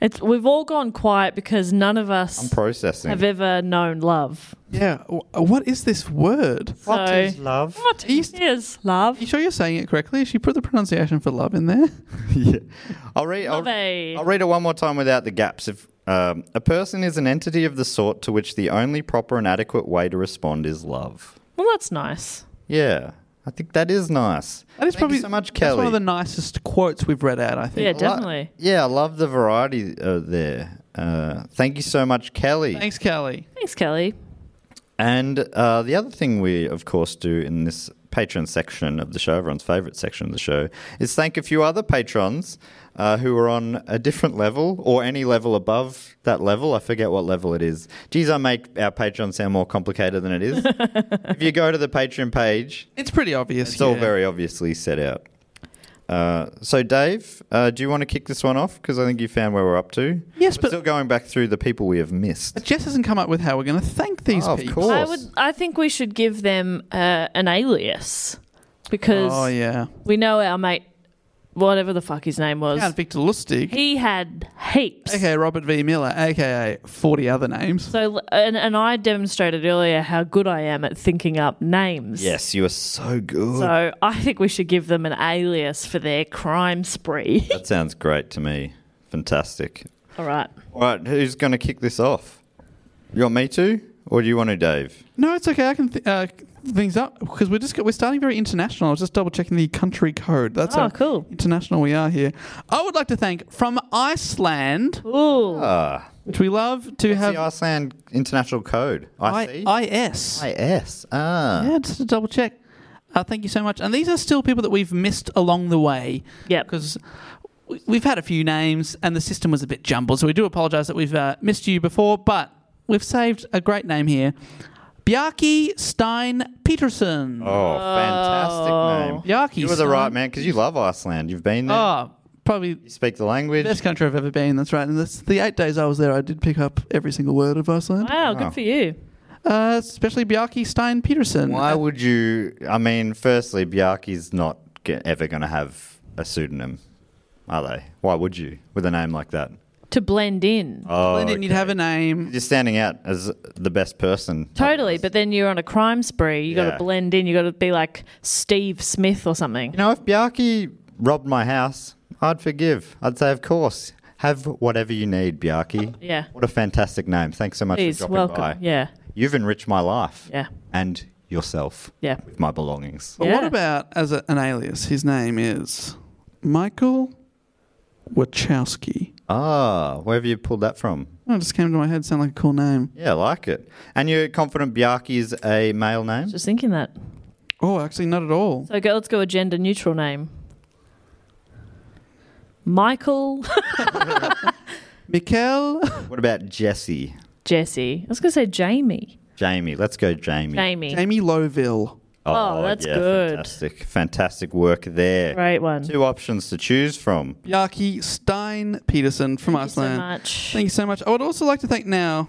It's we've all gone quiet because none of
I'm
us
processing.
have ever known love.
yeah. w- What is this word?
What So- is
love?
What is love?
You sure you're saying it correctly? Has she put the pronunciation for love in there?
yeah. I'll read. I'll,
Lovey.
I'll read it one more time without the gaps. If um, a person is an entity of the sort to which the only proper and adequate way to respond is love.
Well, that's nice.
Yeah, I think that is nice.
That is
Thank
probably
you so much,
That's
Kelly.
one of the nicest quotes we've read out. I think.
Yeah,
Lo-
definitely.
yeah, I love the variety uh, there. Uh, thank you so much, Kelly.
Thanks, Kelly.
Thanks, Kelly.
And uh, the other thing we, of course, do in this patron section of the show, everyone's favourite section of the show, is thank a few other patrons uh, who are on a different level or any level above that level. I forget what level it is. Geez, I make our Patreon sound more complicated than it is. if you go to the Patreon page,
It's pretty obvious.
it's all
yeah.
very obviously set out. Uh, so, Dave, uh, do you want to kick this one off? Because I think you found where we're up to.
Yes,
We're
but-
still going back through the people we have missed.
But Jess hasn't come up with how we're going to thank these
Oh, of
people.
course.
I would. I think we should give them uh, an alias because
Oh yeah.
we know our mate, whatever the fuck his name was,
Count Victor Lustig,
he had heaps.
aka Robert V Miller, aka forty other names.
So and, and I demonstrated earlier how good I am at thinking up names.
Yes, you are so good.
So I think we should give them an alias for their crime spree.
That sounds great to me. Fantastic.
All right.
All right, who's going to kick this off? You want me to, or do you want to, Dave?
No, it's okay. I can th- uh, things up because we're just go- we're starting very international. I was just double checking the country code. That's
Oh,
how
cool.
International we are here. I would like to thank from Iceland,
Ooh.
Ah,
which we love to
it's the
have
Iceland International Code. I see.
I- IS.
IS. Ah.
Yeah, just to double check. Uh, thank you so much. And these are still people that we've missed along the way.
Yep.
Because we've had a few names and the system was a bit jumbled. So we do apologise that we've uh, missed you before, but we've saved a great name here Bjarki Stein Peterson.
Oh, fantastic name.
Bjarki
You were the
Stein-
right man because you love Iceland. You've been there.
Oh, probably
You speak the
the
language.
best country I've ever been. That's right. And that's the eight days I was there, I did pick up every single word of Iceland,
Wow, good for you.
uh, especially Bjarki Stein Peterson.
Why would you? I mean, firstly, Bjarki's not ge- ever going to have a pseudonym, are they? Why would you with a name like that?
To blend in.
Oh,
Then you'd have a name.
you're standing out as the best person.
Totally, but then you're on a crime spree. You got
Yeah.
to blend in. You got to be like Steve Smith or something.
You know, if Bjarki robbed my house, I'd forgive. I'd say, of course, have whatever you need, Bjarki.
Yeah.
What a fantastic name. Thanks so much
Please,
for dropping
welcome.
by.
Yeah,
You've enriched my life.
Yeah.
And yourself.
yeah.
With my belongings.
But what
Yeah.
about as a, an alias? His name is Michael Wachowski.
Ah, where have you pulled that from?
Oh, it just came to my head. Sound like a cool name.
Yeah, I like it. And you're confident Bjarki is a male name?
Just thinking that.
Oh, actually, not at all.
So go, let's go a gender neutral name. Michael
Mikkel.
What about Jesse?
Jesse. I was going to say Jamie.
Jamie. Let's go, Jamie.
Jamie.
Jamie Lowville.
Oh, that's good.
Fantastic. Fantastic work there.
Great one.
Two options to choose from.
Yaki Stein Peterson from Iceland.
much.
Thank you so much. I would also like to thank now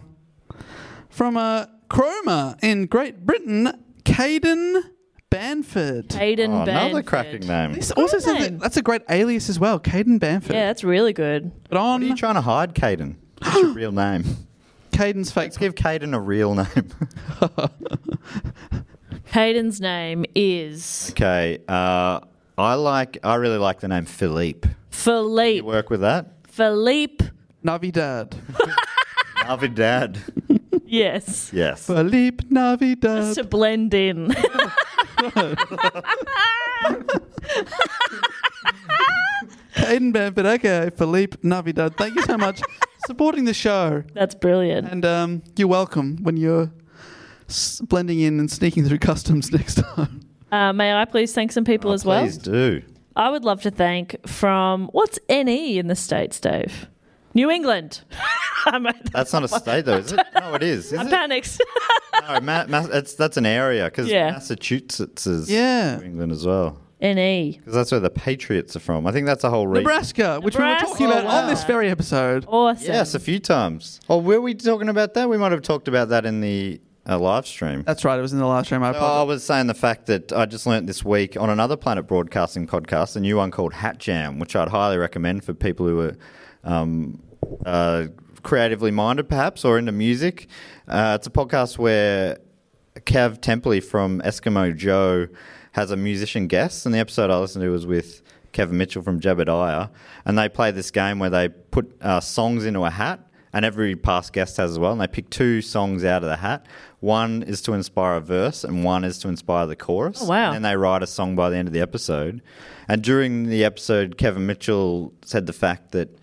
from uh, Chroma in Great Britain, Caden Banford.
Hayden
Oh, another
Banford.
cracking name.
This also says that-
name.
that's a great alias as well, Caden Banford.
Yeah, that's really good.
But
What are you
on
trying to hide, Caden? What's your real name?
Caden's fake.
Let's give Caden a real name.
Hayden's name is
okay. Uh, I like. I really like the name Philippe. You
Philippe.
work with that?
Philippe.
Navidad.
Navidad.
Yes.
Yes.
Philippe Navidad.
Just to blend in.
Caden Banford, okay. Philippe Navidad. Thank you so much for supporting the show.
that's brilliant.
And um, you're welcome when you're s- blending in and sneaking through customs next time.
Uh, may I please thank some people as well?
Oh, Please do.
I would love to thank from what's NE in the States, Dave? New England. I'm,
That's not a state, though, is it? No, it is. Is
I
it?
panicked.
No, ma- ma- it's, that's an area because
Yeah.
Massachusetts is
Yeah.
New England as well.
NE.
Because that's where the Patriots are from. I think that's a whole region.
Nebraska, which we were talking
Nebraska. Oh.
about on this very episode.
Awesome.
Yes, a few times. Oh, were we talking about that? We might have talked about that in the uh, live stream.
That's right, it was in the last stream.
Oh,
I
I
apologize.
was saying the fact that I just learnt this week on another Planet Broadcasting podcast, a new one called Hat Jam, which I'd highly recommend for people who are um, uh, creatively minded, perhaps, or into music. Uh, it's a podcast where Cav Templey from Eskimo Joe has a musician guest, and the episode I listened to was with Kevin Mitchell from Jebediah, and they play this game where they put uh, songs into a hat and every past guest has as well. And they pick two songs out of the hat. One is to inspire a verse, and one is to inspire the chorus.
Oh, wow.
And then they write a song by the end of the episode. And during the episode, Kevin Mitchell said the fact that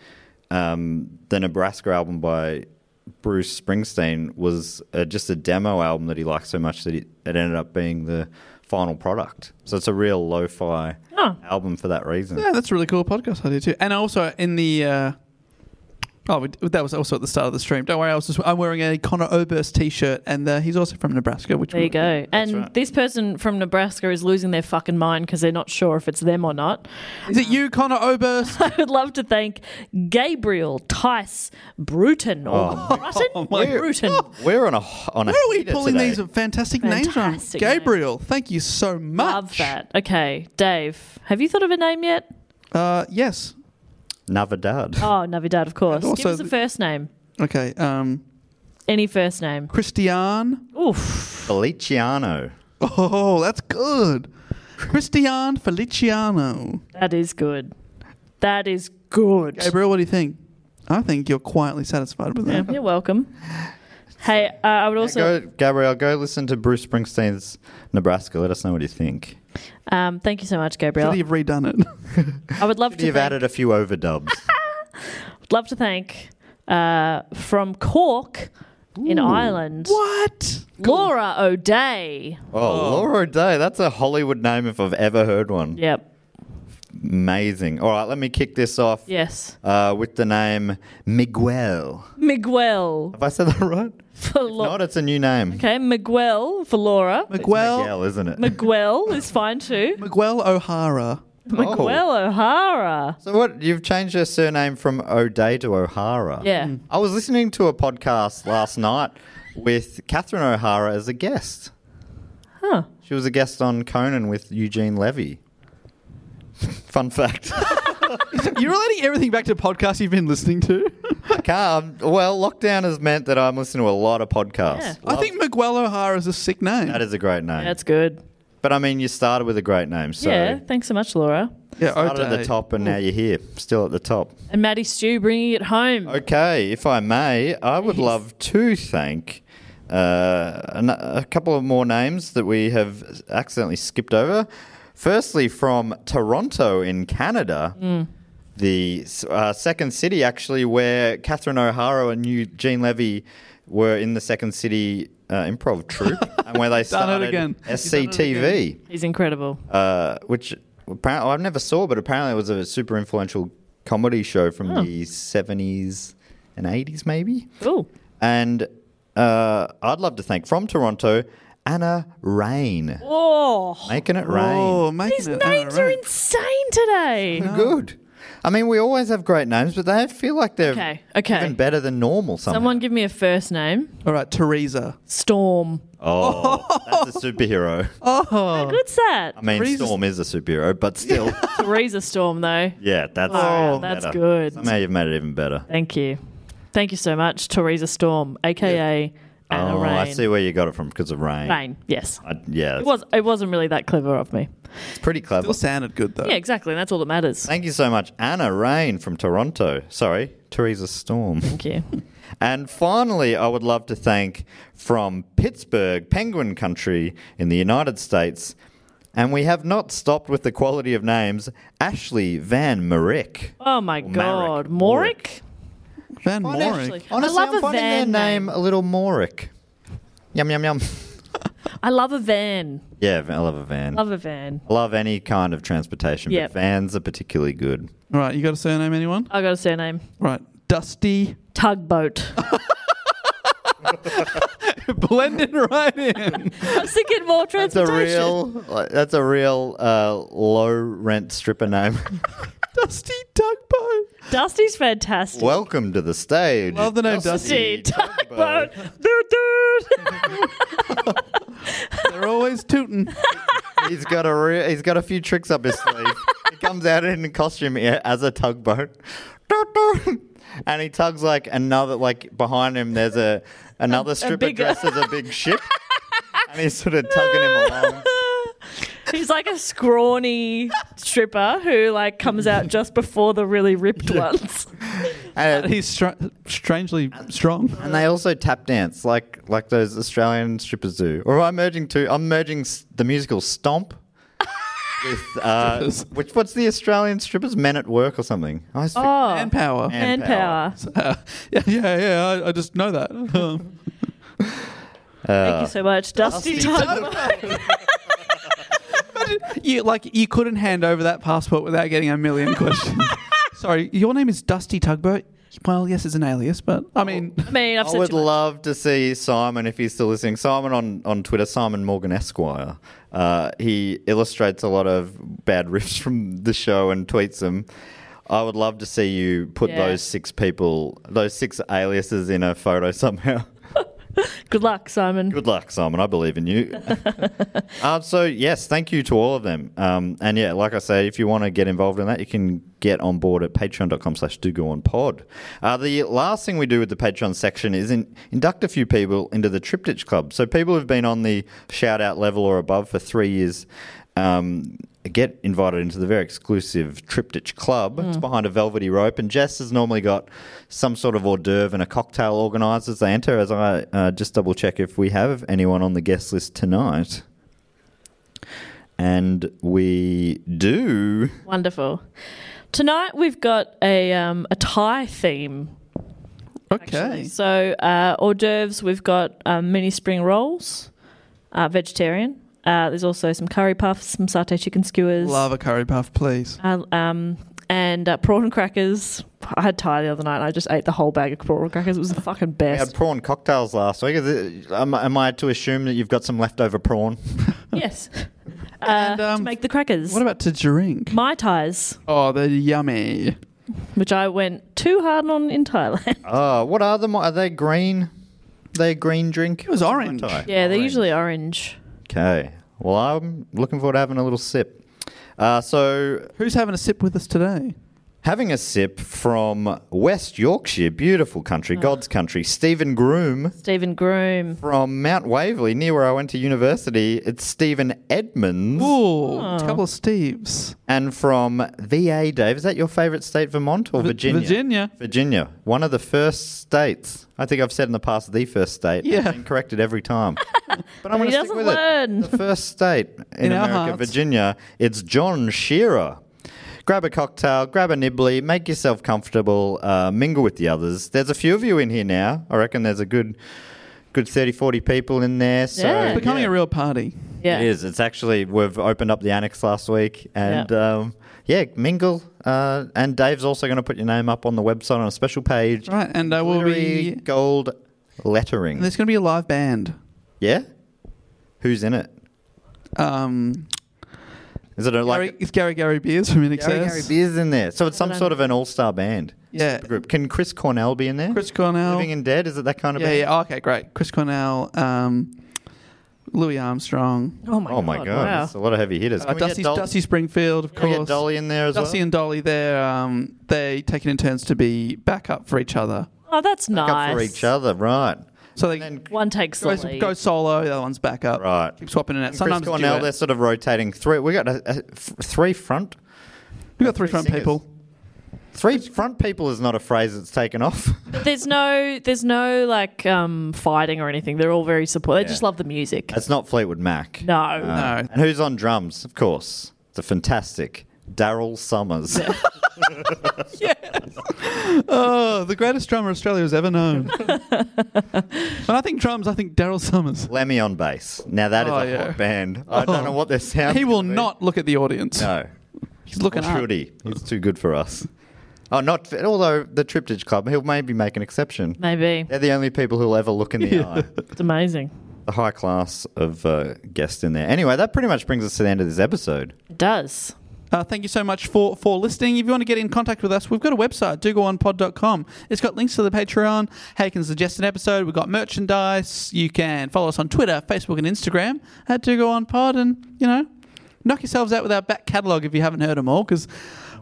um, the Nebraska album by Bruce Springsteen was uh, just a demo album that he liked so much that it, it ended up being the final product. So it's a real lo-fi album for that reason.
Yeah, that's a really cool podcast idea too. And also in the uh, oh, we, that was also at the start of the stream. Don't worry, I was just I'm wearing a Connor Oberst t-shirt, and uh, he's also from Nebraska. Which
There you go. And
right.
this person from Nebraska is losing their fucking mind because they're not sure if it's them or not.
Is it you, Connor Oberst?
I would love to thank Gabriel Tice Bruton or
Oh.
Bruton? Bruton.
We're on a on a
Where are we
heater
pulling
today.
these fantastic, names from?
Fantastic names.
Gabriel, thank you so much.
Love that. Okay, Dave, have you thought of a name yet?
Uh, yes.
Navidad.
Oh, Navidad, of course.
And
Give
also
us a
the-
first name.
Okay. Um,
Any first name.
Christian.
Oof.
Feliciano.
Oh, that's good. Christian Feliciano.
That is good. That is good.
Gabriel, what do you think? I think you're quietly satisfied with
Yeah,
that.
You're welcome. Hey, uh, I would also
go, Gabrielle, go listen to Bruce Springsteen's Nebraska. Let us know what you think.
um, thank you so much,
Really,
Gabriel.
You've redone it.
I would love to
You've
thank-
added a few overdubs.
love to thank uh, from Cork in Ireland,
what?
Laura O'Day.
oh, Laura Day. That's a Hollywood name if I've ever heard one.
Yep.
Amazing. All right, let me kick this off
Yes.
uh, with the name Miguel.
Miguel
Have I said that right?
for Laura.
Not, it's a new name.
Okay, Miguel for Laura.
Miguel
Miguel, isn't it?
Miguel is fine too.
Miguel O'Hara.
Miguel O'Hara.
Oh. So what? You've changed your surname from O'Day to O'Hara.
Yeah.
I was listening to a podcast last night with Catherine O'Hara as a guest.
Huh.
She was a guest on Conan with Eugene Levy. Fun fact.
You're relating everything back to podcasts you've been listening to.
I can't. um, Well, lockdown has meant that I'm listening to a lot of podcasts.
I think Miguel O'Hara is a sick name.
That is a great name.
That's good.
but I mean, you started with a great name, so
Yeah. Thanks so much, Laura.
yeah,
started at
O'Day.
the top, and now you're here, still at the top.
And Maddie Stew bringing it home.
Okay, if I may, I would love to thank uh, an- a couple of more names that we have accidentally skipped over. Firstly, from Toronto in Canada, the uh, second city actually where Catherine O'Hara and Eugene Levy were in the second city uh, improv troupe, and where they started
again.
SCTV
He's incredible.
uh, which oh, apparently
Hmm.
I've never saw, but apparently it was a super influential comedy show from the seventies and 80s maybe.
Ooh.
And uh, I'd love to thank from Toronto, Anna Rain.
Oh,
Making it rain.
Oh, making
these
it
names
all
are
right.
insane today.
Good. I mean, we always have great names, but they feel like they're
Okay, okay.
even better than normal. Somehow.
Someone give me a first name.
All right, Teresa.
Storm.
Oh, that's a superhero.
What's that?
I mean,
Teresa's-
Storm is a superhero, but still,
Teresa Storm, though.
yeah, that's
Wow,
even
Oh, that's
better.
good.
Somehow you've made it even better.
Thank you. Thank you so much, Teresa Storm, aka Anna
oh,
Rain.
I see where you got it from because of rain.
Rain, yes.
I- yeah,
It was. It wasn't really that clever of me.
it's pretty clever.
Still sounded good though.
Yeah, exactly. And that's all that matters.
Thank you so much, Anna Rain from Toronto. Sorry, Teresa Storm.
Thank you.
And finally, I would love to thank from Pittsburgh, Penguin Country in the United States. And we have not stopped with the quality of names. Ashley Van Marick.
Oh my God, Morick.
Van
Oh, Ashley.
Morick.
Honestly,
I love
I'm
a
finding
van
their name,
name.
a little Morick. Yum, yum, yum.
I love a van.
yeah, I love a van.
Love a van.
I love any kind of transportation,
Yep.
but vans are particularly good.
All right, you got a surname, anyone?
I got a surname.
All right, Dusty.
Tugboat.
Blended right in.
I was thinking more
That's a
transportation.
real, that's a real uh, low rent stripper name.
Dusty Tugboat.
Dusty's fantastic.
Welcome to the stage.
Love the name Dusty.
Dusty tugboat. Dude, dude.
They're always tooting.
He's got a re- he's got a few tricks up his sleeve. he comes out in a costume yeah, as a tugboat, and he tugs like another like behind him. There's a another stripper
bigger-
dressed as a big ship, and he's sort of tugging him along.
He's like a scrawny stripper who like comes out just before the really ripped ones.
And,
He's str- strangely strong.
and they also tap dance like like those Australian strippers do. Or I'm merging two. I'm merging s- the musical Stomp. With, uh,
Strippers.
which what's the Australian strippers? Men at Work or something? I always forget-
Oh,
And power.
and power.
Uh, yeah, yeah, yeah. I, I just know that. Um,
Thank you so much, Dusty, Tugboat.
you like you couldn't hand over that passport without getting a million questions. Sorry, your name is Dusty Tugboat. Well, yes, it's an alias, but I mean,
I mean, I've
I
said
would
too much.
love to see Simon if he's still listening. Simon on, on Twitter, Simon Morgan Esquire. Uh, he illustrates a lot of bad riffs from the show and tweets them. I would love to see you put
Yeah.
those six people, those six aliases, in a photo somehow.
Good luck, Simon.
Good luck, Simon. I believe in you. um, so, yes, thank you to all of them. Um, and yeah, like I say, if you want to get involved in that, you can get on board at patreon.com slash do go on pod. Uh, the last thing we do with the Patreon section is in, induct a few people into the Triptych Club. So people who've been on the shout out level or above for three years um, get invited into the very exclusive Triptych Club. It's behind a velvety rope, and Jess has normally got some sort of hors d'oeuvre and a cocktail organised as they enter. As I uh, just double check if we have anyone on the guest list tonight. And we do.
Wonderful. Tonight we've got a um, a Thai theme.
okay.
So uh, hors d'oeuvres, we've got um, mini spring rolls, uh, vegetarian. Uh, there's also some curry puffs, some satay chicken skewers,
Love a curry puff, please.
uh, um, and uh, prawn crackers. I had Thai the other night. and I just ate the whole bag of prawn crackers. It was the fucking
We had
best.
prawn cocktails last week. Is it- Am, am I to assume that you've got some leftover prawn?
yes, uh,
And,
to
um,
make the crackers.
What about to drink?
my Thais,
Oh, they're yummy.
which I went too hard on in Thailand.
Uh, what are them? Are they green? They a green drink?
It was orange.
yeah, they're usually orange.
Okay. Well, I'm looking forward to having a little sip. Uh, so,
Who's having a sip with us today?
having a sip from West Yorkshire, beautiful country,
Ah.
God's country, Stephen Groom
Stephen Groom.
from Mount Waverley, near where I went to university. It's Stephen Edmonds.
Ooh, a couple of Steves.
And from VA, Dave, is that your favourite state, Vermont or
V-
Virginia?
Virginia.
Virginia, one of the first states. I think I've said in the past the first state.
Yeah.
I've been corrected every time. But I'm going
He
to stick
doesn't
with
learn.
it. The first state in,
In our
America,
hearts.
Virginia, it's John Shearer. Grab a cocktail, grab a nibbly, make yourself comfortable, uh, mingle with the others. There's a few of you in here now. I reckon there's a good good 30, 40 people in there. So
Yeah.
It's becoming
yeah.
a real party.
Yeah.
It is. It's actually we've opened up the annex last week, and
Yeah.
Um, yeah, mingle. Uh, and Dave's also going to put your name up on the website on a special page.
Right, and I will
Glittery
be.
gold lettering.
And there's going to be a live band.
yeah, who's in it?
Um,
Is it a, like
Gary, it's Gary Gary Beers from NXS.
Gary, Gary Beers in there? So it's some
I don't
sort of an all-star band
Yeah.
group. Can Chris Cornell be in there?
Chris Cornell.
Living and Dead. Is it that kind of?
yeah,
band?
yeah. okay, great. Chris Cornell, um, Louis Armstrong,
Oh my
Oh my god,
wow.
that's a lot of heavy hitters.
uh,
Can we get
Dusty,
Dol-
Dusty Springfield, of
can we
course.
get Dolly in there as
Dusty
well.
and Dolly, they're um, they take it in turns to be backup for each other.
Oh, that's
Look
nice.
up for each other, right?
So they
then-
One takes the
goes,
lead.
goes solo, the other one's backup.
Right.
Keep swapping it out.
And
Sometimes
Chris Cornell,
duet.
they're sort of rotating three. We got a, a, f- three front.
We've got three front
singers.
people.
Three front people is not a phrase that's taken off.
But there's no, there's no like um, fighting or anything. They're all very supportive. They just love the music.
That's not Fleetwood Mac.
no,
Uh, And who's on drums? Of course, the fantastic Daryl Summers.
Oh, the greatest drummer Australia has ever known. when I think drums, I think Daryl Summers.
Lemmy on bass. Now that is
Oh,
a
yeah.
hot band. I don't know what their sound.
He will
is.
not look at the audience.
No.
He's looking
Or
up.
should he? He's too good for us. Oh, not although the Triptych Club, he'll maybe make an exception.
maybe
They're the only people who'll ever look in the eye.
it's amazing.
The high class of uh, guest in there. Anyway, that pretty much brings us to the end of this episode.
It does.
Uh, thank you so much for, for listening. If you want to get in contact with us, we've got a website, dogoonpod.com. It's got links to the Patreon. Hey, you can suggest an episode. We've got merchandise. You can follow us on Twitter, Facebook, and Instagram at dogoonpod. And, you know, knock yourselves out with our back catalogue if you haven't heard them all, because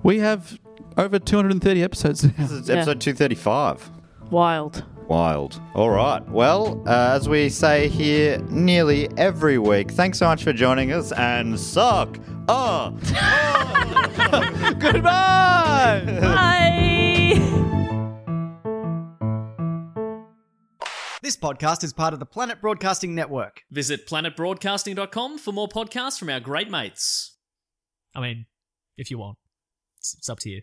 we have over 230 episodes now.
This is
Yeah.
episode 235.
Wild.
Wild. All right. Well, uh, as we say here nearly every week, thanks so much for joining us and suck. Ah. Goodbye.
Bye.
This podcast is part of the Planet Broadcasting Network.
Visit planetbroadcasting.com for more podcasts from our great mates.
I mean, if you want, it's, it's up to you.